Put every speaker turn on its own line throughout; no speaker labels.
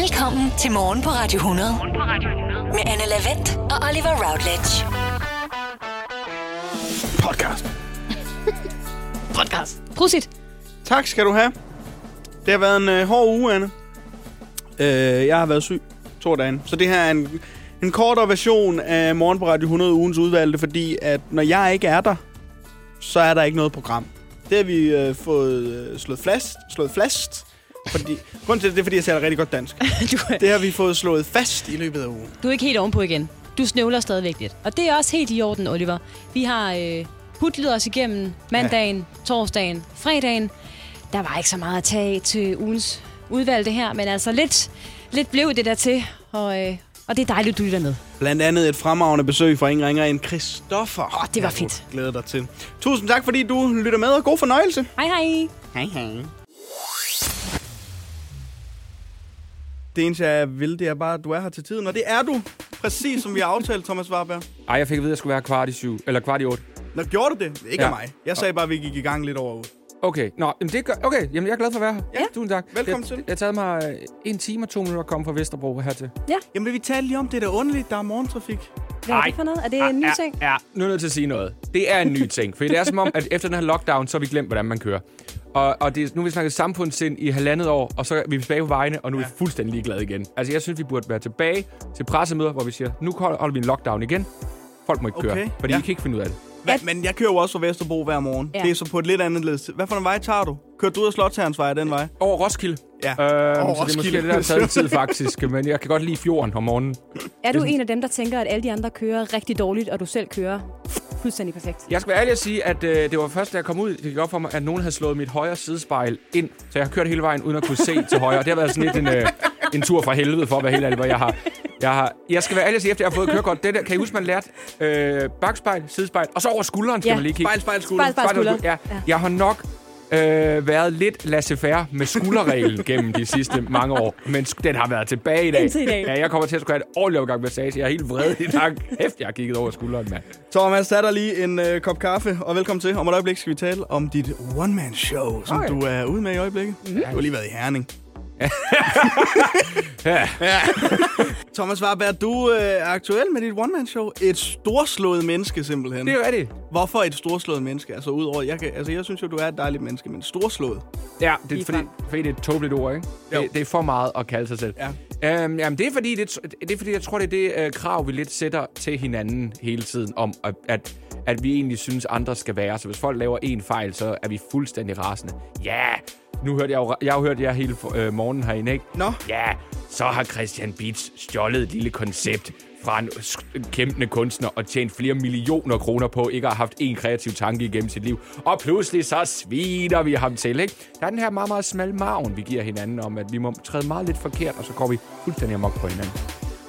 Velkommen til Morgen på Radio 100. Med Anne Lavendt og Oliver Routledge.
Podcast.
Podcast. Prosit.
Tak skal du have. Det har været en øh, hård uge, Anne. Øh, jeg har været syg to dage. Så det her er en, en kortere version af Morgen på Radio 100 ugens udvalgte, fordi at når jeg ikke er der, så er der ikke noget program. Det har vi øh, fået øh, slået fast. Slået fast. Fordi, grunden til det, det er, fordi jeg taler rigtig godt dansk.
Du, er-
Det har vi fået slået fast i løbet af ugen.
du er ikke helt ovenpå igen. Du snøvler stadigvæk lidt. Og det er også helt i orden, Oliver. Vi har øh, putlet os igennem mandagen, torsdagen, fredagen. Der var ikke så meget at tage til ugens udvalgte her, men altså lidt, lidt blev det der til. Og, øh, og det er dejligt, du lytter med.
Blandt andet et fremragende besøg fra ingen ringer end Christoffer. Åh,
det var fedt.
glæder dig til. Tusind tak, fordi du lytter med, og god fornøjelse.
Hej hej.
Hej, hej. Det eneste, jeg vil, det er bare, at du er her til tiden, og det er du. Præcis som vi har aftalt, Thomas Warberg.
Ej, jeg fik at vide, at jeg skulle være kvart i syv, eller kvart i otte.
Nå, gjorde du det? Ikke ja.
Ja.
af mig. Jeg sagde bare, at vi gik i gang lidt over uge.
Okay, nå, jamen det gør, okay, jamen jeg er glad for at være her.
Ja.
Tusind tak.
Velkommen
jeg,
til.
Jeg taget mig øh, en time og to minutter at komme fra Vesterbro hertil.
Jamen, vil vi tale lige om det der underligt, der er morgentrafik?
Hvad er det for noget? Er det
Ah,
en ny ting?
Ja, nu er jeg nødt til at sige noget. Det er en ny ting, for det er som om, at efter den her lockdown, så har vi glemt, hvordan man kører. Og, og det, er- nu har vi snakket samfundssind i halvandet år, og så er vi tilbage på vejene, og nu er vi fuldstændig ligeglade igen. Altså, jeg synes, vi burde være tilbage til pressemøder, hvor vi siger, nu holder holder vi en lockdown igen. Folk må ikke
Okay,
køre, fordi
ja.
vi kan ikke finde ud af det.
Hva?
At-
Men jeg kører jo også fra Vesterbro hver morgen. Ja.
Ja.
Det er så på et lidt andet led. Hvad for en vej tager du? Kører du ud af Slottsherrensvej den vej?
Over Roskilde.
Ja,
Øhm,
over
så det er måske
Roskilde.
det, der har taget lidt tid, faktisk. Men jeg kan godt lide fjorden om morgenen.
Er du en af dem, der tænker, at alle de andre kører rigtig dårligt, og du selv kører fuldstændig perfekt?
Jeg skal være ærlig at sige, at øh, det var først, da jeg kom ud, det gik op for mig, at nogen havde slået mit højre sidespejl ind. Så jeg har kørt hele vejen, uden at kunne se til højre. Det har været sådan lidt en, øh, en tur fra helvede, for at være helt ærlig, hvor jeg har... Jeg, har, jeg skal være ærlig at sige, efter jeg har fået kørekort, det der, kan I huske, man lærte øh, bagspejl, sidespejl, og så over skulderen skal
Ja.
man lige kigge.
Spejl, spejl, skulder.
Spejl, spejl, skulder.
Ja. Jeg har nok øh, været lidt laissez-faire med skulderreglen gennem de sidste mange år, men sk- den har været tilbage i dag.
Indtil i dag.
Ja, jeg kommer til at skulle have et ordentligt opgang massage. Jeg er helt vred i dag. Hæft, jeg har kigget over skulderen, mand.
Thomas, tag dig lige en øh, kop kaffe, og velkommen til. Om et øjeblik skal vi tale om dit one-man-show, som
Hej.
du er ude med i øjeblikket.
Mhm.
Du har lige været i Herning.
Ja.
Thomas Warberg, du øh, er aktuel med dit one-man-show. Et storslået menneske, simpelthen.
Det er jo rigtigt.
Hvorfor et storslået menneske? Altså, udover, jeg, kan, altså, jeg synes jo, du er et dejligt menneske, men storslået.
Ja, det er, fordi,
Ligefrem.
fordi det er et tåbeligt ord, ikke?
Jo.
Det, det er for meget at kalde sig selv. Ja. Øhm, jamen, det er, fordi, det, det er fordi, jeg tror, det er det øh, krav, vi lidt sætter til hinanden hele tiden, om at, at, at vi egentlig synes, andre skal være. Så hvis folk laver en fejl, så er vi fuldstændig rasende. Ja, nu hørte jeg jo, jeg har jo hørt jer hele øh, morgenen herinde, ikke?
Nå.
Ja, så har Christian Beats stjålet et lille koncept fra en sk- kæmpende kunstner og tjent flere millioner kroner på ikke at have haft en kreativ tanke igennem sit liv. Og pludselig så sviner vi ham til, ikke? Der er den her meget, meget smalle maven, vi giver hinanden om, at vi må træde meget lidt forkert, og så går vi fuldstændig amok på hinanden.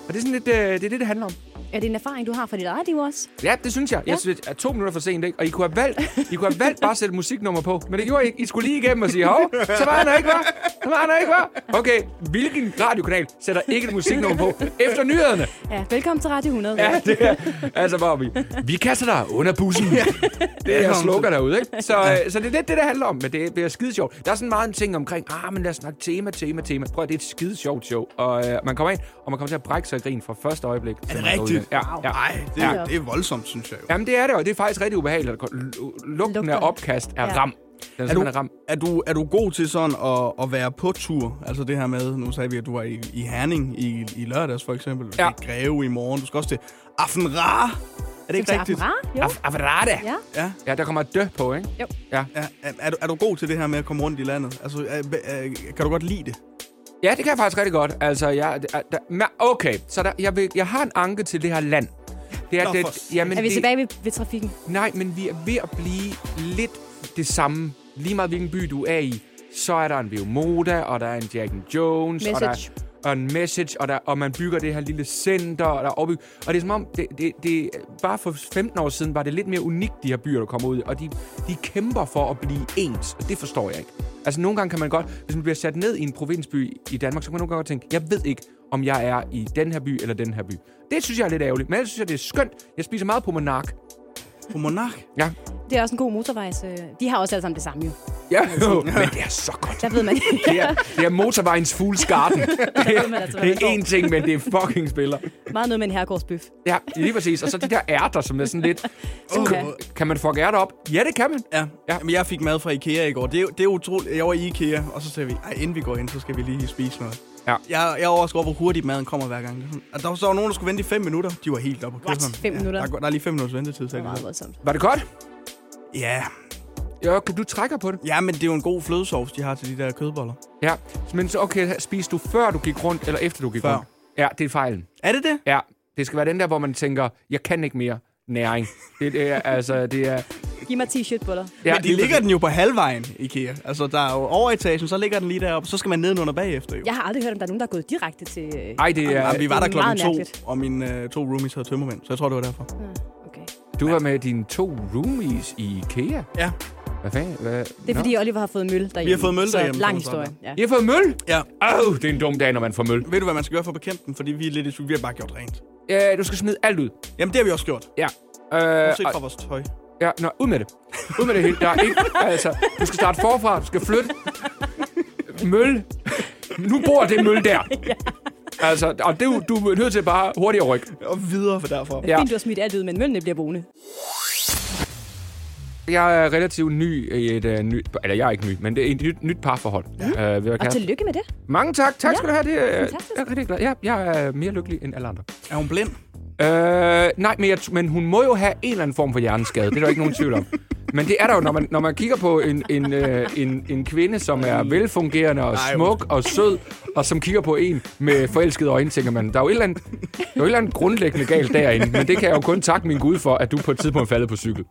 Og det er sådan lidt, øh, det er det, det handler om.
Er det en erfaring, du har fra dit eget liv også?
Ja, det synes jeg. Jeg synes, at to minutter for sent, ikke? Og I kunne have valgt, I kunne have valgt bare at sætte musiknummer på. Men det gjorde I ikke. I skulle lige igennem og sige, hov, så var han der ikke, var. Så var han der ikke, var. Okay, hvilken radiokanal sætter ikke et musiknummer på efter nyhederne?
Ja, velkommen til Radio 100.
Ja, det er, altså, hvor er vi? Vi kaster dig under bussen. Det er slukker derude, ikke? Så, øh, så det er lidt det, det handler om, men det bliver skide sjovt. Der er sådan meget en ting omkring, ah, men lad os snakke tema, tema, tema. Prøv at det er et skide sjovt show. Og øh, man kommer ind, og man kommer til at brække sig i grin fra første øjeblik.
Er det
man går ud
rigtigt?
igen. Ja, ja.
Ej, det, ja. det er voldsomt, synes jeg jo.
Jamen, det er det, og det er faktisk rigtig ubehageligt. at lu- Lugten
Lugten.
af opkast er
Ja.
ram. Den er,
Er du,
er ram.
er, du, er du god til sådan at, at være på tur? Altså det her med, nu sagde vi, at du var i, i Herning i, i lørdags for eksempel. Du skal
Ja.
i Greve i morgen. Du skal også til Aftenra. Er det ikke
Til
rigtigt? Ah,
Aftenra? Jo.
Af- Avrada.
Ja.
Ja.
Ja, der kommer et dø på, ikke?
Jo.
Ja.
Er, er, er, du, er du god til det her med at komme rundt i landet? Altså, er, er, kan du godt lide det?
ja, det kan jeg faktisk rigtig godt. Altså, jeg, der, der, men okay, så der, jeg, vil, jeg har en anke til det her land. Det
Nå,
er,
for
det, jamen,
Er vi
det,
tilbage ved, ved trafikken?
Nej, men vi er ved at blive lidt det samme. Lige meget hvilken by du er i, så er der en Veomoda, og der er en Jack and Jones, og, der
Message.
er, og en Message, og, der, og man bygger det her lille center, og der er opbyg... Og det er som om, det, det, det, bare for 15 år siden var det lidt mere unikt, de her byer, der kommer ud i, og de, de kæmper for at blive ens, og det forstår jeg ikke. Altså nogle gange kan man godt, hvis man bliver sat ned i en provinsby i Danmark, så kan man nogle gange godt tænke, jeg ved ikke, om jeg er i den her by eller den her by. Det synes jeg er lidt ærgerligt, men ellers synes jeg, det er skønt. Jeg spiser meget på Monark.
På Monark?
Ja,
Det er også en god motorvejs... øh, De har også alle sammen det samme jo.
Ja, jo, men det er så godt.
Der ved man
Det er, det er motorvejens Fools Garden. Det er,
ved man altså, hvad
det
man får.
er én ting, men det er fucking spiller.
Meget noget med en herregårdsbøf.
Ja, lige præcis. Og så de der ærter, som er sådan lidt...
Uha.
Uh, kan man fuck ærter op? Ja, det kan man.
Ja.
Ja.
ja. Jamen, jeg fik mad fra Ikea i går. Det er, det er utroligt. Jeg var i Ikea, og så sagde vi, Ej, inden vi går hen, så skal vi lige spise noget.
Ja.
Jeg, jeg er overrasket over, hvor hurtigt maden kommer hver gang. Det er sådan- Og der var så nogen, der skulle vente i 5 minutter. De var helt oppe på
What? Fem minutter?
Ja, der, er- der, er lige 5 minutters ventetid,
Det er
sagde de.
meget
så.
voldsomt.
Var det godt?
Ja.
Ja, du trækker på det.
ja, men det er jo en god flødesovs, de har til de der kødboller.
Ja. Men så, okay, spiste du før du gik rundt, eller efter du gik
Før.
rundt? Ja, det er fejlen.
Er det det?
Ja, det skal være den der, hvor man tænker, jeg kan ikke mere næring. Det, det er, altså, det er...
Giv mig 10 shirtboller.
Ja,
men de ligger den jo på halvvejen, Ikea. Altså, der er jo overetagen, så ligger den lige deroppe, så skal man nedenunder bagefter jo.
Jeg har aldrig hørt, om der er nogen, der er gået direkte til... øh,
Ej, det er...
Jamen, vi var
det
der
er
klokken
meget
to,
mærkeligt.
og mine øh, to roomies havde tømmermænd, så jeg tror, det var derfor.
Okay.
Du var med dine to roomies i IKEA.
Ja.
Hvad fanden? Hvad?
Det er, fordi Oliver har fået møl derhjemme.
Vi har fået møl
så
derhjemme,
lang
tror jeg,
historie. Ja.
I har fået møl?
Ja.
Åh, oh, det er en dum dag, når man får møl.
Ved du, hvad man skal gøre for at bekæmpe den? Fordi vi er lidt i tvivl. Vi har bare gjort rent.
Ja, du skal smide alt ud.
Jamen, det har vi også gjort.
Ja. Øh,
Bortset
og-
fra vores tøj.
ja, nå, ud med det. Ud med det hele. Der er ikke, altså, du skal starte forfra, du skal flytte. Møl. Nu bor det møl der. Altså, og det, er jo- du er nødt til bare hurtigt at rykke.
Og videre for derfra.
Ja.
Fint, du har smidt alt ud, men møllene bliver boende.
Jeg er relativt ny i et uh, nyt... Eller jeg er ikke ny, men det er et nyt, nyt parforhold. Ja. Uh,
Og tillykke med det.
Mange tak. Tak
Ja,
skal du have. Det, er-
fantastisk.
jeg er rigtig glad. Ja, jeg er mere lykkelig end alle andre.
Er hun blind?
Øh, nej, men, jeg, t- men hun må jo have en eller anden form for hjerneskade. Det er der ikke nogen tvivl om. Men det er der jo, når man, når man kigger på en, en, øh, en, en kvinde, som er velfungerende og
Ej,
smuk og sød, og som kigger på en med forelskede øjne, tænker man, der er jo et eller andet, der er jo et eller andet grundlæggende galt derinde, men det kan jeg jo kun takke min Gud for, at du på et tidspunkt faldet på cykel.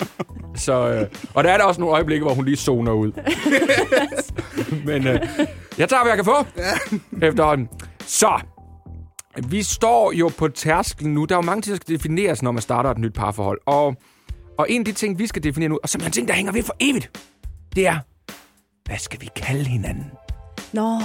Så, øh, og der er der også nogle øjeblikke, hvor hun lige zoner ud. men øh, jeg tager, hvad jeg kan få efterhånden. Så, vi står jo på tærsklen nu. Der er jo mange ting, der skal defineres, når man starter et nyt parforhold. Og, og en af de ting, vi skal definere nu, og som er en ting, der hænger ved for evigt, det er, hvad skal vi kalde hinanden?
Nå,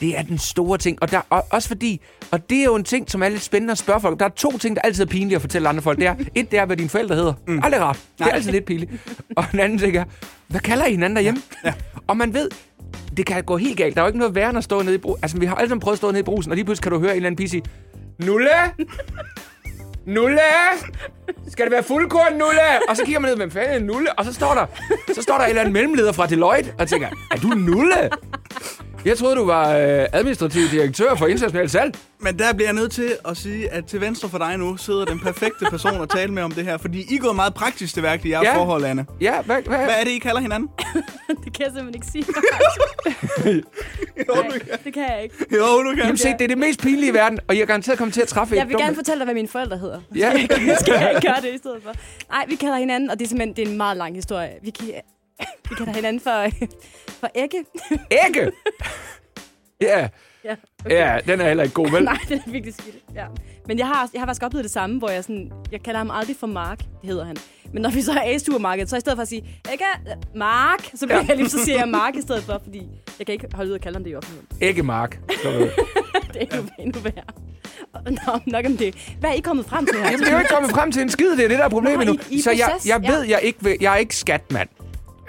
Det er den store ting. Og, der, og også fordi, og det er jo en ting, som er lidt spændende at spørge folk. Der er to ting, der altid er pinlige at fortælle andre folk. Det er, et, det er, hvad dine forældre hedder. Mm. Aldrig rart. Det er altid lidt pinligt. Og den anden ting er, hvad kalder I hinanden derhjemme? Ja. Ja. Og man ved, det kan gå helt galt. Der er jo ikke noget værre end at stå nede i brusen. Altså, vi har alle sammen prøvet at stå nede i brusen, og lige pludselig kan du høre en eller anden pige sige, Nulle! Nulle! Skal det være fuldkorn, Nulle? Og så kigger man ned, hvem fanden er Nulle? Og så står der, så står der en eller anden mellemleder fra Deloitte, og tænker, er du Nulle? Jeg troede, du var øh, administrativ direktør for international salg.
Men der bliver jeg nødt til at sige, at til venstre for dig nu sidder den perfekte person at tale med om det her. Fordi I går meget praktisk til værk i jeres
Ja.
ja. forhold, Anne.
Ja, hvad, hvad?
Hvad er det, I kalder hinanden?
det kan jeg simpelthen ikke sige.
jo,
Nej, det kan jeg ikke.
jo, du kan.
Jamen se, det er det mest pinlige i verden, og jeg er garanteret kommet til at træffe
Jeg
et
vil
dumt-
gerne fortælle dig, hvad mine forældre hedder.
Ja.
Skal jeg ikke gøre det i stedet for? Nej, vi kalder hinanden, og det er simpelthen det er en meget lang historie. Vi, kan, vi kalder hinanden for, for ægge.
Ægge! Ja,
Ja,
ja, den er heller ikke god, vel?
Nej, det er virkelig skidt. Ja. Men jeg har, jeg har faktisk oplevet det samme, hvor jeg sådan, jeg kalder ham aldrig for Mark, det hedder han. Men når vi så er i supermarkedet, så i stedet for at sige, ikke Mark, så bliver ja. jeg lige, så siger jeg Mark i stedet for, fordi jeg kan ikke holde ud at kalde ham det i offentligheden.
Æggemark. Så du-
Det er jo endnu værre. Nå, nok om det. Hvad er I kommet frem til her?
Jamen, det er jo ikke kommet frem til en skid, det er det, der er problemet
Nå,
nu.
i- i
så jeg,
proces,
jeg
ja.
ved, jeg ikke vil, jeg er ikke skatmand.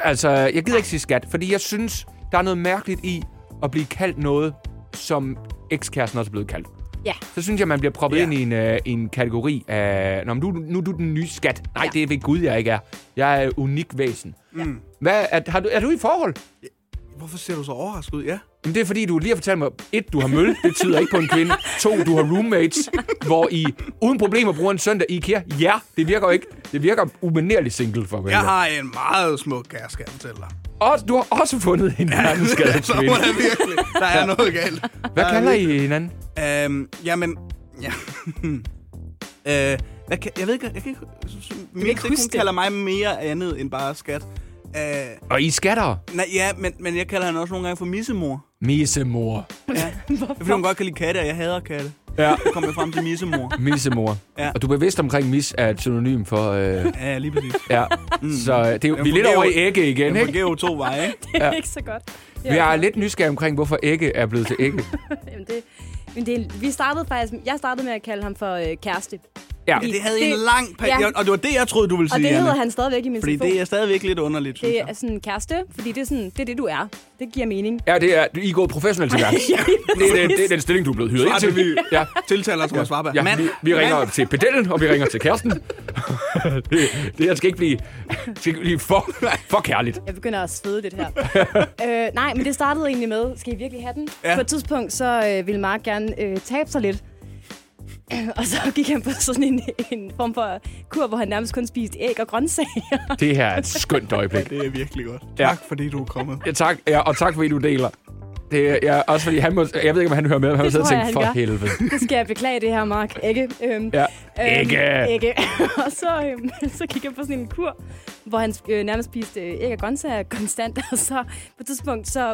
Altså, jeg gider ikke sige skat, fordi jeg synes, der er noget mærkeligt i at blive kaldt noget, som ekskæresten også er blevet kaldt.
Ja.
Så synes jeg, man bliver proppet
Ja.
ind i en, øh, en kategori af... Nå, men nu, nu er du den nye skat. Nej,
Ja.
det er ved Gud, jeg ikke er. Jeg er unik væsen. Mm. Hvad, er, har du, er du i forhold?
Hvorfor ser du så overrasket ud? Ja.
Jamen, det er fordi, du lige har fortalt mig, et, du har møl, det tyder ikke på en kvinde. To, du har roommates, hvor I uden problemer bruger en søndag i IKEA. Ja, det virker jo ikke. Det virker umanerligt single for mig.
Jeg har en meget smuk kæreste, skal jeg fortælle dig.
Og du har også fundet en verdensskadet
Så
kvinde.
må der virkelig. Der er noget galt.
Hvad kalder I hinanden?
Øhm, jamen... Ja. øh, hvad kan, jeg ved ikke... Jeg kan ikke... Min
ikke
ikke hun
huske det.
kalder mig mere andet end bare skat. Øh,
Og I er skatter?
nej, ja, men, men jeg kalder hende også nogle gange for missemor.
Misemor.
Ja. Fordi hun godt kan lide katte, og jeg hader katte.
Ja.
Så kom jeg frem til missemor.
Misemor.
Ja.
Og du er bevidst omkring mis er et synonym for... Øh,
Ja, lige præcis.
ja. Så øh, det er, jo- vi er lidt
fungerer
over i
jo-
ægge igen,
Den
ikke?
fungerer jo to veje, ikke?
det er ikke så godt.
Vi er lidt nysgerrige omkring, hvorfor ægge er blevet til ægge.
Jamen det, men det er, en- vi startede faktisk, jeg startede med at kalde ham for øh, kæreste.
Ja.
Fordi
Det havde det, en lang periode, ja. og det var det, jeg troede, du ville
Og
sige,
det hedder
Anne.
han stadigvæk i min
Fordi
telefon.
det er stadigvæk lidt underligt, synes
det
jeg.
er sådan en kæreste, fordi det er, sådan, det er det, du er. Det giver mening.
Ja, det er, I er gået professionelt til værks. det, er den, det er den stilling, du er blevet hyret ind
Svarer
til.
vi-
Ja,
Tiltaler Thomas Warberg.
ja
Mand.
vi, vi ringer
Mand.
til pedellen, og vi ringer til kæresten. det, det her skal ikke blive, skal ikke blive for, for kærligt.
Jeg begynder at svede det her. øh, nej, men det startede egentlig med, skal I virkelig have den?
Ja.
Ja. På et tidspunkt, så øh, ville Mark gerne øh, tabe sig lidt. og så gik han på sådan en, en form for kur, hvor han nærmest kun spiste æg og grøntsager.
Det her er et skønt øjeblik.
Det er virkelig godt.
Ja.
Tak, fordi du er kommet.
Ja, tak, ja, og tak fordi du deler. Det er ja, også fordi, han må, jeg ved ikke, om han hører med, men han må
Det
sidde og
tror jeg,
tænke,
han
for
gør."
helvede.
det skal jeg beklage det her, Mark. Ikke? Øhm,
Ja.
Øhm,
Ikke.
Ikke. og så, øhm, så gik jeg på sådan en kur, hvor han øh, nærmest spiste øh, æg og grøntsager konstant. Og så på et tidspunkt, så,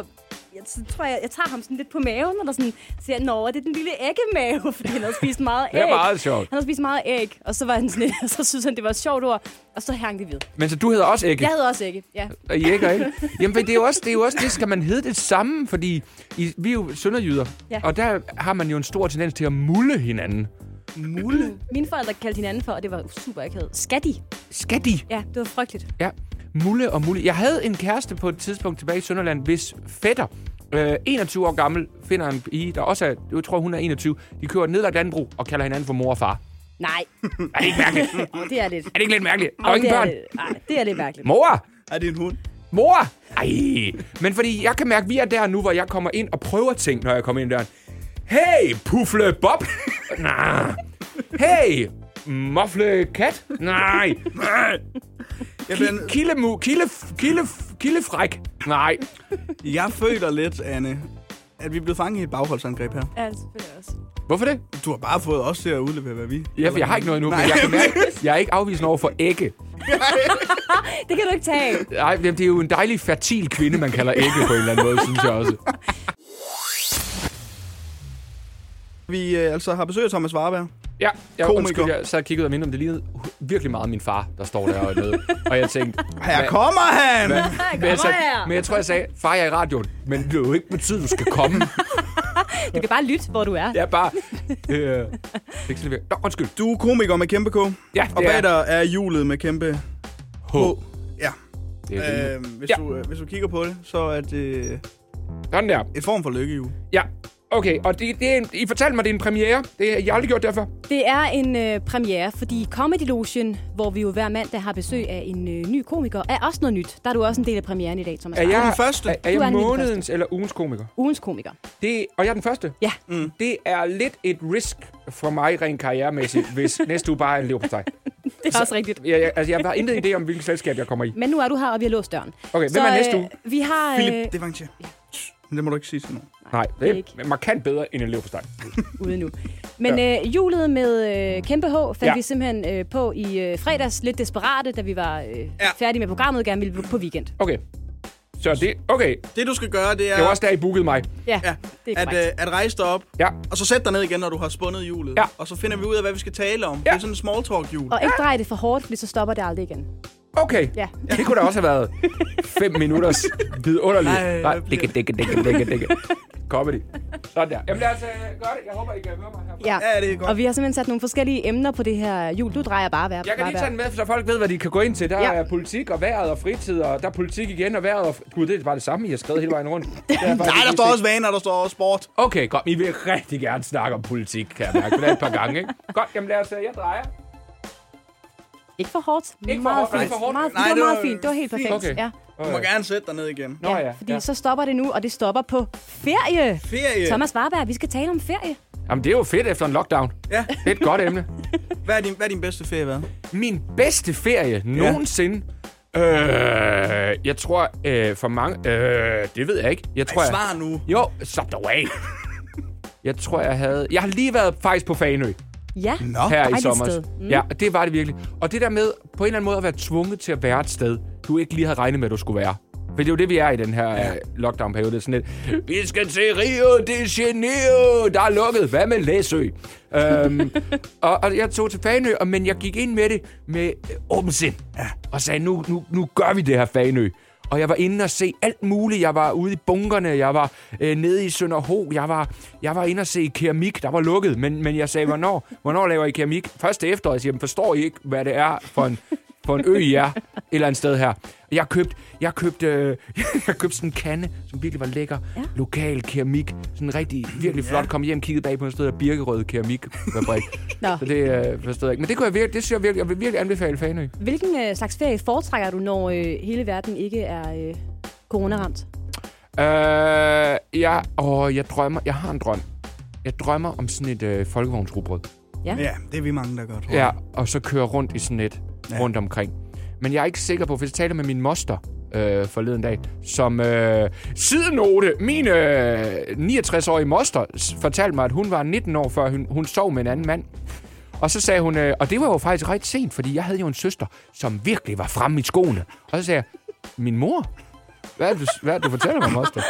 jeg, så tror jeg, jeg tager ham sådan lidt på maven, og der sådan siger, Nå, det er den lille æggemave, fordi han har spist meget æg.
Det er meget sjovt.
Han har spist meget æg, og så, var han sådan, lidt- og så synes han, det var et sjovt ord, og så hang det ved.
Men så du hedder også Ægge?
Jeg havde også ægge, ja.
Og I ægger ikke? Jamen, for det er, jo også, det er jo også det, skal man hedde det samme, fordi I, vi er jo sønderjyder,
Ja.
og der har man jo en stor tendens til at mulle hinanden.
Mulle.
Mine forældre kaldte hinanden for, og det var super akavet. Skatti.
Skal de?
Ja, det var frygteligt.
Ja, mulle og mulle. Jeg havde en kæreste på et tidspunkt tilbage i Sønderland, hvis fætter, øh, 21 år gammel, finder en pige, der også er, jeg tror hun er 21, de kører ned ad Danbro og kalder hinanden for mor og far.
Nej,
Er det ikke mærkeligt? er
det er lidt.
det ikke lidt mærkeligt? Der er
Åh,
jo ingen
det, er
børn.
lidt nej, det er lidt mærkeligt.
Mor!
Er det en hund?
Mor! Ej, men fordi jeg kan mærke, at vi er der nu, hvor jeg kommer ind og prøver ting, når jeg kommer ind i døren. Hey, Puffle Bob! Nej. Hey, Muffle Kat? Nej.
Jeg,
Ki-
ben,
Killemu, kille, kille, killefræk? Nej.
jeg føler lidt, Anne, at vi er blevet fanget i et bagholdsangreb her.
Ja, selvfølgelig også.
Hvorfor det?
Du har bare fået os til at udlevere, hvad vi...
Ja, for jeg har ikke noget nu, men
Nej.
jeg kan mærke, jeg er ikke afvisende over for ægge.
Det kan du ikke tage.
Ej, men det er jo en dejlig, fertil kvinde, man kalder ægge på en eller anden måde, synes jeg også.
Vi øh, altså har besøg af Thomas Warberg.
Ja, jeg,
Komiker.
undskyld, jeg sad og kiggede og mindede om det lignede virkelig meget min far, der står dernede. Og jeg tænkte,
Her kommer han!
Men jeg,
Kommer
sagde,
her.
men jeg tror, jeg sagde, far, jeg er i radioen. Men det vil jo ikke betyde, du skal komme.
Du kan bare lytte, hvor du er.
Det er bare... Øh, det er ikke sådan, det virker. Nå, undskyld.
Du er komiker med kæmpe K.
Ja,
Og
det
bag
er-
dig er hjulet med kæmpe H.
H.
Ja.
Det er rimeligt.
Øh, hvis,
Ja.
du, øh, hvis du kigger på det, så er det øh,
Sådan der.
et form for lykkehjul.
Øh,
Ja. Okay, og det, det er en, I fortalte mig, det er en premiere. Det har jeg aldrig gjort derfor.
Det er en øh, premiere, fordi Comedy Lotion, hvor vi jo hver mandag har besøg af en øh, ny komiker, er også noget nyt. Der er du også en del af premieren i dag, Thomas.
Er jeg,
den første?
Er, er
Du er
jeg
nemlig den
månedens eller ugens komiker?
Ugens komiker.
Det, og jeg er den første?
Ja.
Mm. Det er lidt et risk for mig rent karrieremæssigt, hvis næste uge bare er en leverpostej.
Det er også rigtigt.
Jeg, jeg, altså, jeg har intet idé om, hvilket selskab jeg kommer i.
Men nu er du her, og vi har låst døren.
Okay, hvem er næste uge?
Øh, vi har... Øh,
Philip, det var en tjek. Men det må du ikke sige til nogen.
Nej,
det er
det er markant bedre end en leverpostej.
ude nu. Men øh, julet med øh, kæmpe H fandt
Ja.
ja. vi simpelthen øh, på i øh, fredags, lidt desperate, da vi var øh, ja. færdige med programmet, gerne ville på weekend.
Okay. Så det... Okay,
Det du skal gøre, det er,
det var også der, I bookede mig.
Ja,
ja,
ja. det er
at,
korrekt.
øh, at rejse dig op,
Ja.
og så sæt dig ned igen, når du har spundet hjulet.
Ja.
Og så finder vi ud af, hvad vi skal tale om. Det
Ja.
er sådan en small talk hjul.
Og ikke drej det for hårdt, fordi så stopper det aldrig igen.
Okay.
Ja.
Det kunne da også have været fem minutters
Ej,
vidunderligt. Nej,
jeg bliver-
dække, dække, dække, dække, dække. Comedy. Sådan der. Jamen lad os øh, gøre det. Jeg håber, I kan høre mig herfra.
Ja.
Ja, det er godt.
Og vi har simpelthen sat nogle forskellige emner på det her jul. Du drejer bare hver.
Jeg kan
bare
lige
hver.
tage den med, så folk ved, hvad de kan gå ind til. Der
Ja.
er politik og vejret og fritid, og der er politik igen og vejret og... fr- Gud, det er bare det samme, I har skrevet hele vejen rundt. Det er faktisk
Nej, der
ikke
står
set.
også vaner, der står også sport.
Okay, godt. I vil rigtig gerne snakke om politik, kan jeg mærke. Det er et par gange, ikke? Godt, jamen lad os... øh, Jeg drejer.
Ikke for hårdt.
Ikke for
meget
hårdt, nej.
Fint.
Ikke for hårdt.
Meget,
Nej,
det
det
var
var
meget fint. Det var helt perfekt.
Okay.
Ja.
Du må gerne sætte dig ned igen.
Øh, Nå ja.
Fordi
ja.
så stopper det nu, og det stopper på ferie.
Ferie.
Thomas Warberg, vi skal tale om ferie.
Jamen det er jo fedt efter en lockdown.
Ja.
Det er et godt emne.
Hvad er din, hvad er din bedste ferie været?
Min bedste ferie nogensinde. Øh, jeg tror, øh, for mange... Øh, det ved jeg ikke. Jeg tror,
Ej,
jeg...
svar nu.
Jo, slap dig af. jeg tror, jeg havde... Jeg har lige været faktisk på Fanø
Ja.
Nå.
her i
Dejligt
sommer.
sted.
Mm. Ja, det var det virkelig. Og det der med på en eller anden måde at være tvunget til at være et sted, du ikke lige havde regnet med, at du skulle være. For det er jo det, vi er i den her ja. lockdown-periode. Det er sådan lidt, vi skal til Rio de Janeiro, der er lukket. Hvad med Læsø? øhm, og, og jeg tog til Fanø, og, men jeg gik ind med det med øh, åben sind. Ja. Og sagde, nu, nu, nu gør vi det her Fanø. Og jeg var inde og se alt muligt. Jeg var ude i bunkerne, jeg var øh, nede i Sønderho, jeg var, jeg var inde og se keramik, der var lukket. Men, men jeg sagde, hvornår, hvornår laver I keramik? Først til efteråret, jeg siger, "Men forstår I ikke, hvad det er for en, for en ø, I er et eller andet sted her? Jeg købte, jeg købte, øh, jeg købte sådan en kande, som virkelig var lækker. Ja.
Ja.
Lokal keramik. Sådan rigtig, virkelig flot. Kom hjem, kiggede bag på en sted af birkerød keramikfabrik.
Nå.
Så det øh, forstod jeg ikke. Men det, kunne jeg virkelig, det synes jeg virkelig, jeg vil virkelig anbefale Fanø.
Hvilken øh, slags ferie foretrækker du, når øh, hele verden ikke er øh, coronaramt?
Øh, jeg, åh, jeg drømmer. Jeg har en drøm. Jeg drømmer om sådan et øh, folkevognsrugbrød.
Ja, det er vi mange, der gør, tror
Ja,
jeg.
og så køre rundt i sådan et
Ja.
ja. rundt omkring. Men jeg er ikke sikker på, for jeg talte med min moster øh, forleden dag, som øh, sidenote, min øh, 69-årige moster, s- fortalte mig, at hun var 19 år, før hun, hun sov med en anden mand. Og så sagde hun, øh, og det var jo faktisk ret sent, fordi jeg havde jo en søster, som virkelig var fremme i skoene. Og så sagde jeg, min mor? Hvad er det, du- hvad er det, du fortæller mig, moster?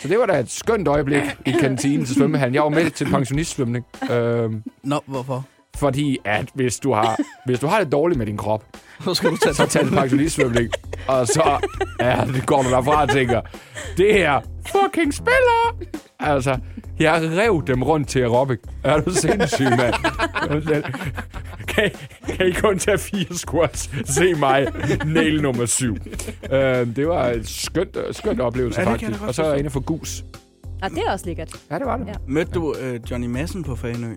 Så det var da et skønt øjeblik i kantinen til svømmehallen. Jeg var med til pensionistsvømning. Øhm,
Nå, hvorfor?
fordi at hvis du har, hvis du har det dårligt med din krop,
Så skal du tage
så tag en pensionistsvømning. Og så ja, det går du derfra og tænker, det her fucking spiller. Altså, jeg rev dem rundt til aerobik. Er du sindssyg, mand? Kan, I- kan I kun tage fire squats? Se mig, nail nummer syv. Uh, det var et skønt, skønt oplevelse,
Ja, det kan jeg da
faktisk.
godt
Og så er
forstå.
jeg inde for gus.
Ah, det er også lækkert.
Ja, det var det.
Ja.
Mødte du øh, Johnny Madsen på Fanø?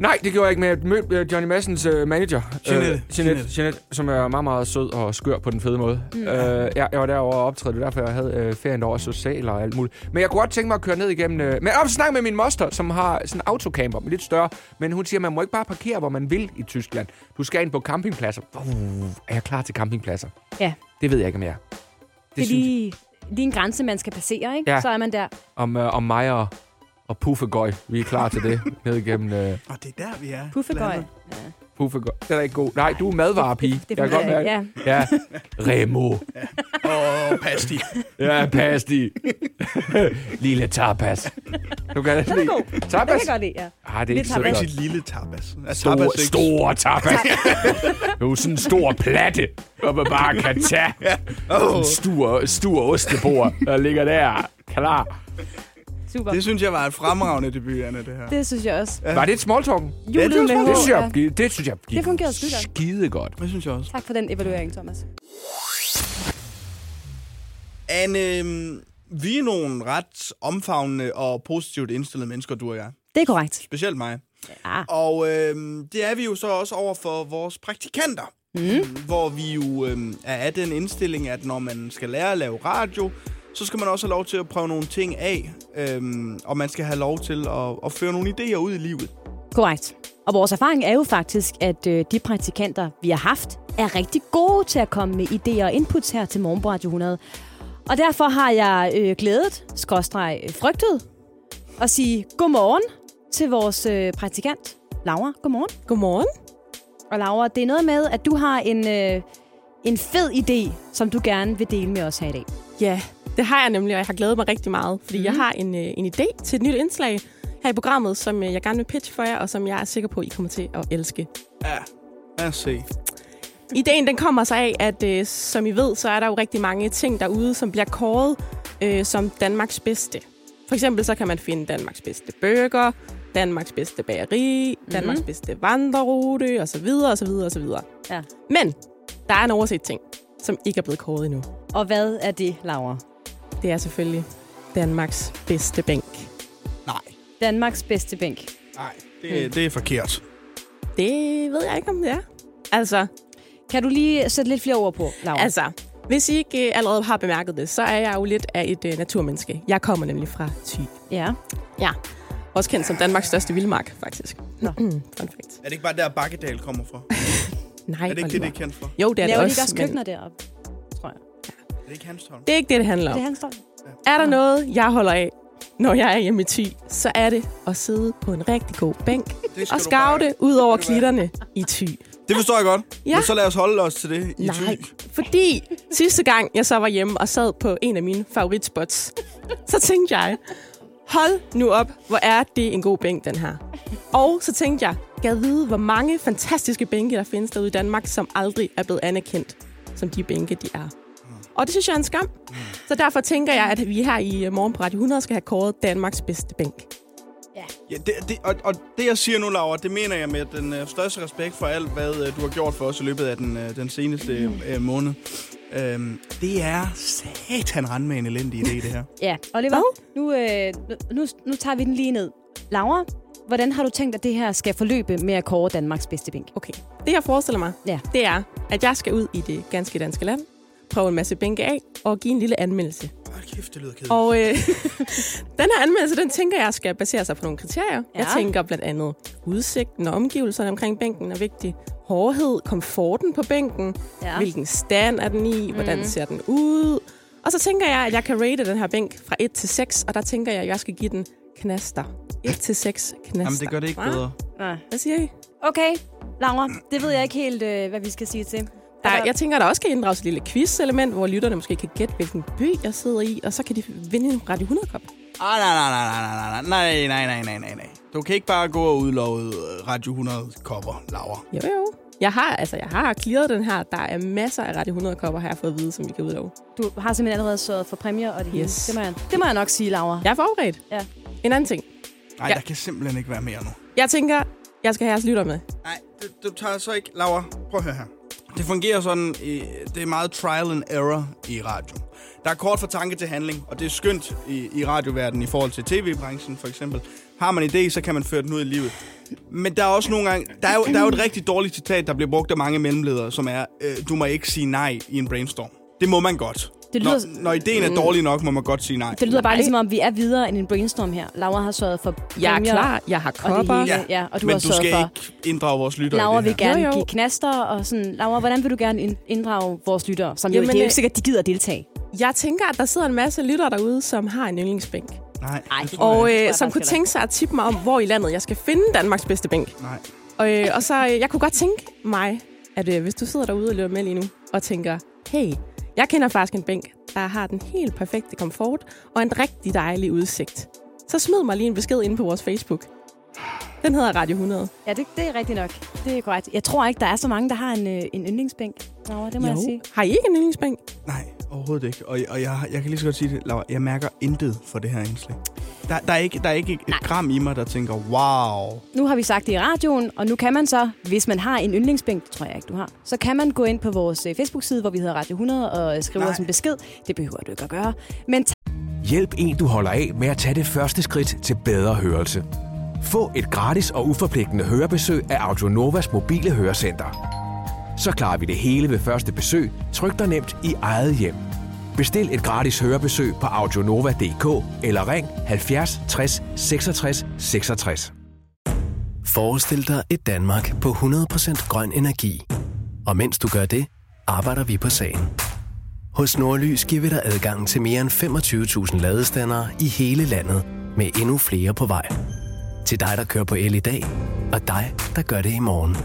Nej, det gjorde jeg ikke, men jeg mødte øh, Johnny Massens øh, manager,
Jeanette.
Øh,
Jeanette.
Jeanette, Jeanette, som er meget, meget sød og skør på den fede måde. Mm. Øh, ja, jeg var derovre og optræde, det var derfor, jeg havde øh, ferien over socialer og alt muligt. Men jeg kunne godt tænke mig at køre ned igennem... Øh, men op snakke med min moster, som har sådan en autocamper, men lidt større. Men hun siger, man må ikke bare parkere, hvor man vil i Tyskland. Du skal ind på campingpladser. Uh, er jeg klar til campingpladser?
Ja.
Det ved jeg ikke, om jeg er.
Det er
synes jeg.
lige, lige en grænse, man skal passere, ikke?
Ja.
Så er man der.
Om, øh, om mig og, og Puffegøj, vi er klar til det. ned igennem... Øh,
Og det er der, vi er.
Puffegøj.
Puffegøj. Det er da ikke god. Nej, du er madvarepige.
Det
jeg kan godt
fungerer
mærke.
ikke. Ja.
Ja, Remo.
Åh, oh, pas de.
Ja, pas de. Lille tapas. Du kan det
Den er god. Det kan jeg
Tapas?
godt lide, ja.
Ah, det er ikke
Lille
så
tapas.
godt.
Rigtig lille tapas. Er tapas
Store,
ikke-
store tapas. Det er jo sådan en stor platte, hvor man bare kan tage
Åh,
en stor, stor ostebord, der ligger der klar.
Super.
det synes jeg var et fremragende debut, Anna, det her.
Det synes jeg også.
Var det et smalltalken?
Julet
det var
med
smart.
H,
Det synes
ja.
jeg, det, det synes jeg gik
Det fungerede skide godt.
skide godt.
Det synes jeg også.
Tak for den evaluering, Thomas.
Anne, øhm, vi er nogle ret omfavnende og positivt indstillede mennesker, du og jeg.
Det er korrekt.
Specielt mig.
Ja.
Og øhm, det er vi jo så også over for vores praktikanter. Mm. Hvor vi jo øhm, er af den indstilling, at når man skal lære at lave radio, så skal man også have lov til at prøve nogle ting af. Øhm, og man skal have lov til at, at føre nogle idéer ud i livet.
Korrekt. Og vores erfaring er jo faktisk, at øh, de praktikanter, vi har haft, er rigtig gode til at komme med idéer og inputs her til Morgen på Radio 100. Og derfor har jeg øh, glædet, skråstreg øh, frygtet, at sige godmorgen til vores øh, praktikant, Laura. Godmorgen.
Godmorgen.
Og Laura, det er noget med, at du har en, øh, en fed idé, som du gerne vil dele med os her i dag.
Ja, det har jeg nemlig, og jeg har glædet mig rigtig meget, fordi mm. jeg har en, øh, en idé til et nyt indslag her i programmet, som øh, jeg gerne vil pitche for jer, og som jeg er sikker på, I kommer til at elske.
Ja, lad os se.
Ideen den kommer sig af, at øh, som I ved, så er der jo rigtig mange ting derude, som bliver kåret øh, som Danmarks bedste. For eksempel så kan man finde Danmarks bedste burger, Danmarks bedste bageri, Danmarks bedste vandrerute osv. osv. osv.
Ja.
Men der er en overset ting, som ikke er blevet kåret endnu.
Og hvad er det, Laura?
Det er selvfølgelig Danmarks bedste bænk.
Nej,
Danmarks bedste bænk.
nej, det, mm. det er forkert.
Det ved jeg ikke, om det er. Altså,
Kan du lige sætte lidt flere ord på, Laura?
altså hvis I ikke øh, allerede har bemærket det, så er jeg jo lidt af et øh, naturmenneske. Jeg kommer nemlig fra Thy.
ja.
Ja. Også kendt som Danmarks største vildmark, faktisk.
Nå.
Fun fact.
Er det ikke bare der, Bakkedal kommer fra?
Nej,
Er det ikke det,
Oliver.
det er kendt for?
Jo, det er
Laver de
det
ikke
også.
også køkkener deroppe?
Er det ikke Hanstholm?
det er ikke det, det handler
Er
om.
det hans drøm?
Er der noget, jeg holder af, når jeg er hjemme i Thy, så er det at sidde på en rigtig god bænk
Det skal
og
du bare-
skavte ud over
Ved du hvad?
klitterne i Thy.
Det forstår jeg godt.
Ja.
Men så lad os holde os til det i
Nej,
Thy.
fordi sidste gang, jeg så var hjemme og sad på en af mine favoritspots, så tænkte jeg, hold nu op, hvor er det en god bænk, den her. Og så tænkte jeg, gad vide, hvor mange fantastiske bænke, der findes derude i Danmark, som aldrig er blevet anerkendt, som de bænke, de er. Og det synes jeg er en skam. Så derfor tænker jeg, at vi her i øh, Morgen på Radio 100 skal have kåret Danmarks bedste bænk.
Ja, det, det, og, og det, jeg siger nu, Laura, det mener jeg med den øh, største respekt for alt, hvad øh, du har gjort for os i løbet af den, øh, den seneste
Mm.
øh, måned. Øhm, det er satan rand med en elendig idé, det her.
Ja, Oliver, nu, øh, nu- nu, nu tager vi den lige ned. Laura, hvordan har du tænkt, at det her skal forløbe med at kåre Danmarks bedste bænk?
Okay. Det, jeg forestiller mig,
Ja.
det er, at jeg skal ud i det ganske danske land, prøve en masse bænke af og give en lille anmeldelse.
Hold kæft, det lyder kedeligt.
Og øh, den her anmeldelse, den tænker jeg skal basere sig på nogle kriterier. Ja. Jeg
Ja.
tænker blandt andet udsigten og omgivelserne omkring bænken er vigtig. Hårdhed, komforten på bænken, ja.
Ja.
hvilken stand er den i, hvordan ser den ud. Og så tænker jeg, at jeg kan rate den her bænk fra 1 til 6, og der tænker jeg, at jeg skal give den knaster. 1 til 6 knaster.
Jamen, det gør det ikke
Hva?
bedre.
Nej.
Hvad siger I?
Okay,
Laura, det ved jeg ikke helt, øh, hvad vi skal sige til.
Der,
Altså,
er- jeg tænker, der også kan inddrages et lille quiz-element, hvor lytterne måske kan gætte, hvilken by jeg sidder i, og så kan de vinde en Radio 100-kop.
Ah, nej, nej, nej, nej, nej, nej, nej, nej, nej, nej, nej. Du kan ikke bare gå og udlove øh, Radio 100 kopper, Laura.
Jo, jo. Jeg har, altså, jeg har clearet den her. Der er masser af Radio 100-kopper, har jeg fået at vide, som vi kan udlove.
Du har simpelthen allerede sørget for præmier og det hele.
Yes.
Det må, jeg, det må jeg nok sige, Laura.
Jeg er forberedt.
Ja.
En anden ting.
Nej,
Ja.
ja. der kan simpelthen ikke være mere nu.
Jeg tænker, jeg skal have jeres lytter med.
Nej, du, du tager så ikke... Laura, prøv at høre her. Det fungerer sådan, i, det er meget trial and error i radio. Der er kort fra tanke til handling, og det er skønt i, i radioverdenen i forhold til tv-branchen for eksempel. Har man en idé, så kan man føre den ud i livet. Men der er også nogle gange... Der er jo, der er jo et rigtig dårligt citat, der bliver brugt af mange mellemledere, som er, øh, du må ikke sige nej i en brainstorm. Det må man godt.
Det lyder- Mm.
når, når ideen er dårlig nok, må man godt sige nej.
det lyder bare ligesom om, vi er videre end en brainstorm her. Laura har sørget for præmier.
Jeg er klar. Jeg har
Og det
kopper.
hele. ja, og du
Men
har
du
sørget
skal
for-
ikke inddrage vores lyttere
Laura
i det
vil
her.
gerne
Jo, jo.
give knaster og sådan. Laura, hvordan vil du gerne ind- inddrage vores lyttere? Som jo,
Jamen,
det er jo
øh,
ikke sikkert, at de gider at deltage.
Jeg tænker, at der sidder en masse lytter derude, som har en yndlingsbænk.
Nej, det tror jeg
Og
ikke.
øh,
faktisk
som kunne
heller
tænke sig at tippe mig om, hvor i landet jeg skal finde Danmarks bedste bænk.
Nej.
Og, øh, og så, øh, jeg kunne godt tænke mig, at øh, hvis du sidder derude og lytter med lige nu, og tænker, hey, jeg kender faktisk en bænk, der har den helt perfekte komfort og en rigtig dejlig udsigt. Så smid mig lige en besked ind på vores Facebook. Den hedder Radio 100.
Ja, det, det er rigtigt nok. Det er korrekt. Jeg tror ikke, der er så mange, der har en, øh, en yndlingsbænk. Laura, det må jeg sige.
Har I ikke en yndlingsbænk?
Nej, overhovedet ikke. Og, og jeg, jeg kan lige så godt sige det, Laura. Jeg mærker intet for det her indslag. Der, der, er ikke, der er ikke et gram i mig, der tænker, wow.
Nu har vi sagt det i radioen, og nu kan man så, hvis man har en yndlingsbænk, det tror jeg ikke, du har, så kan man gå ind på vores øh, Facebook-side, hvor vi hedder Radio 100, og øh, skrive
Nej.
os en besked. Det behøver du ikke at gøre. Men
Hjælp en, du holder af med at tage det første skridt til bedre hørelse. Få et gratis og uforpligtende hørebesøg af Audionovas mobile hørecenter. Så klarer vi det hele ved første besøg, trygt og nemt i eget hjem. Bestil et gratis hørebesøg på audionova.dk eller ring 70 60 66 66.
Forestil dig et Danmark på 100% grøn energi. Og mens du gør det, arbejder vi på sagen. Hos Nordlys giver vi dig adgang til mere end 25.000 ladestandere i hele landet, med endnu flere på vej. Til dig, der kører på el i dag, og dig, der gør det i morgen.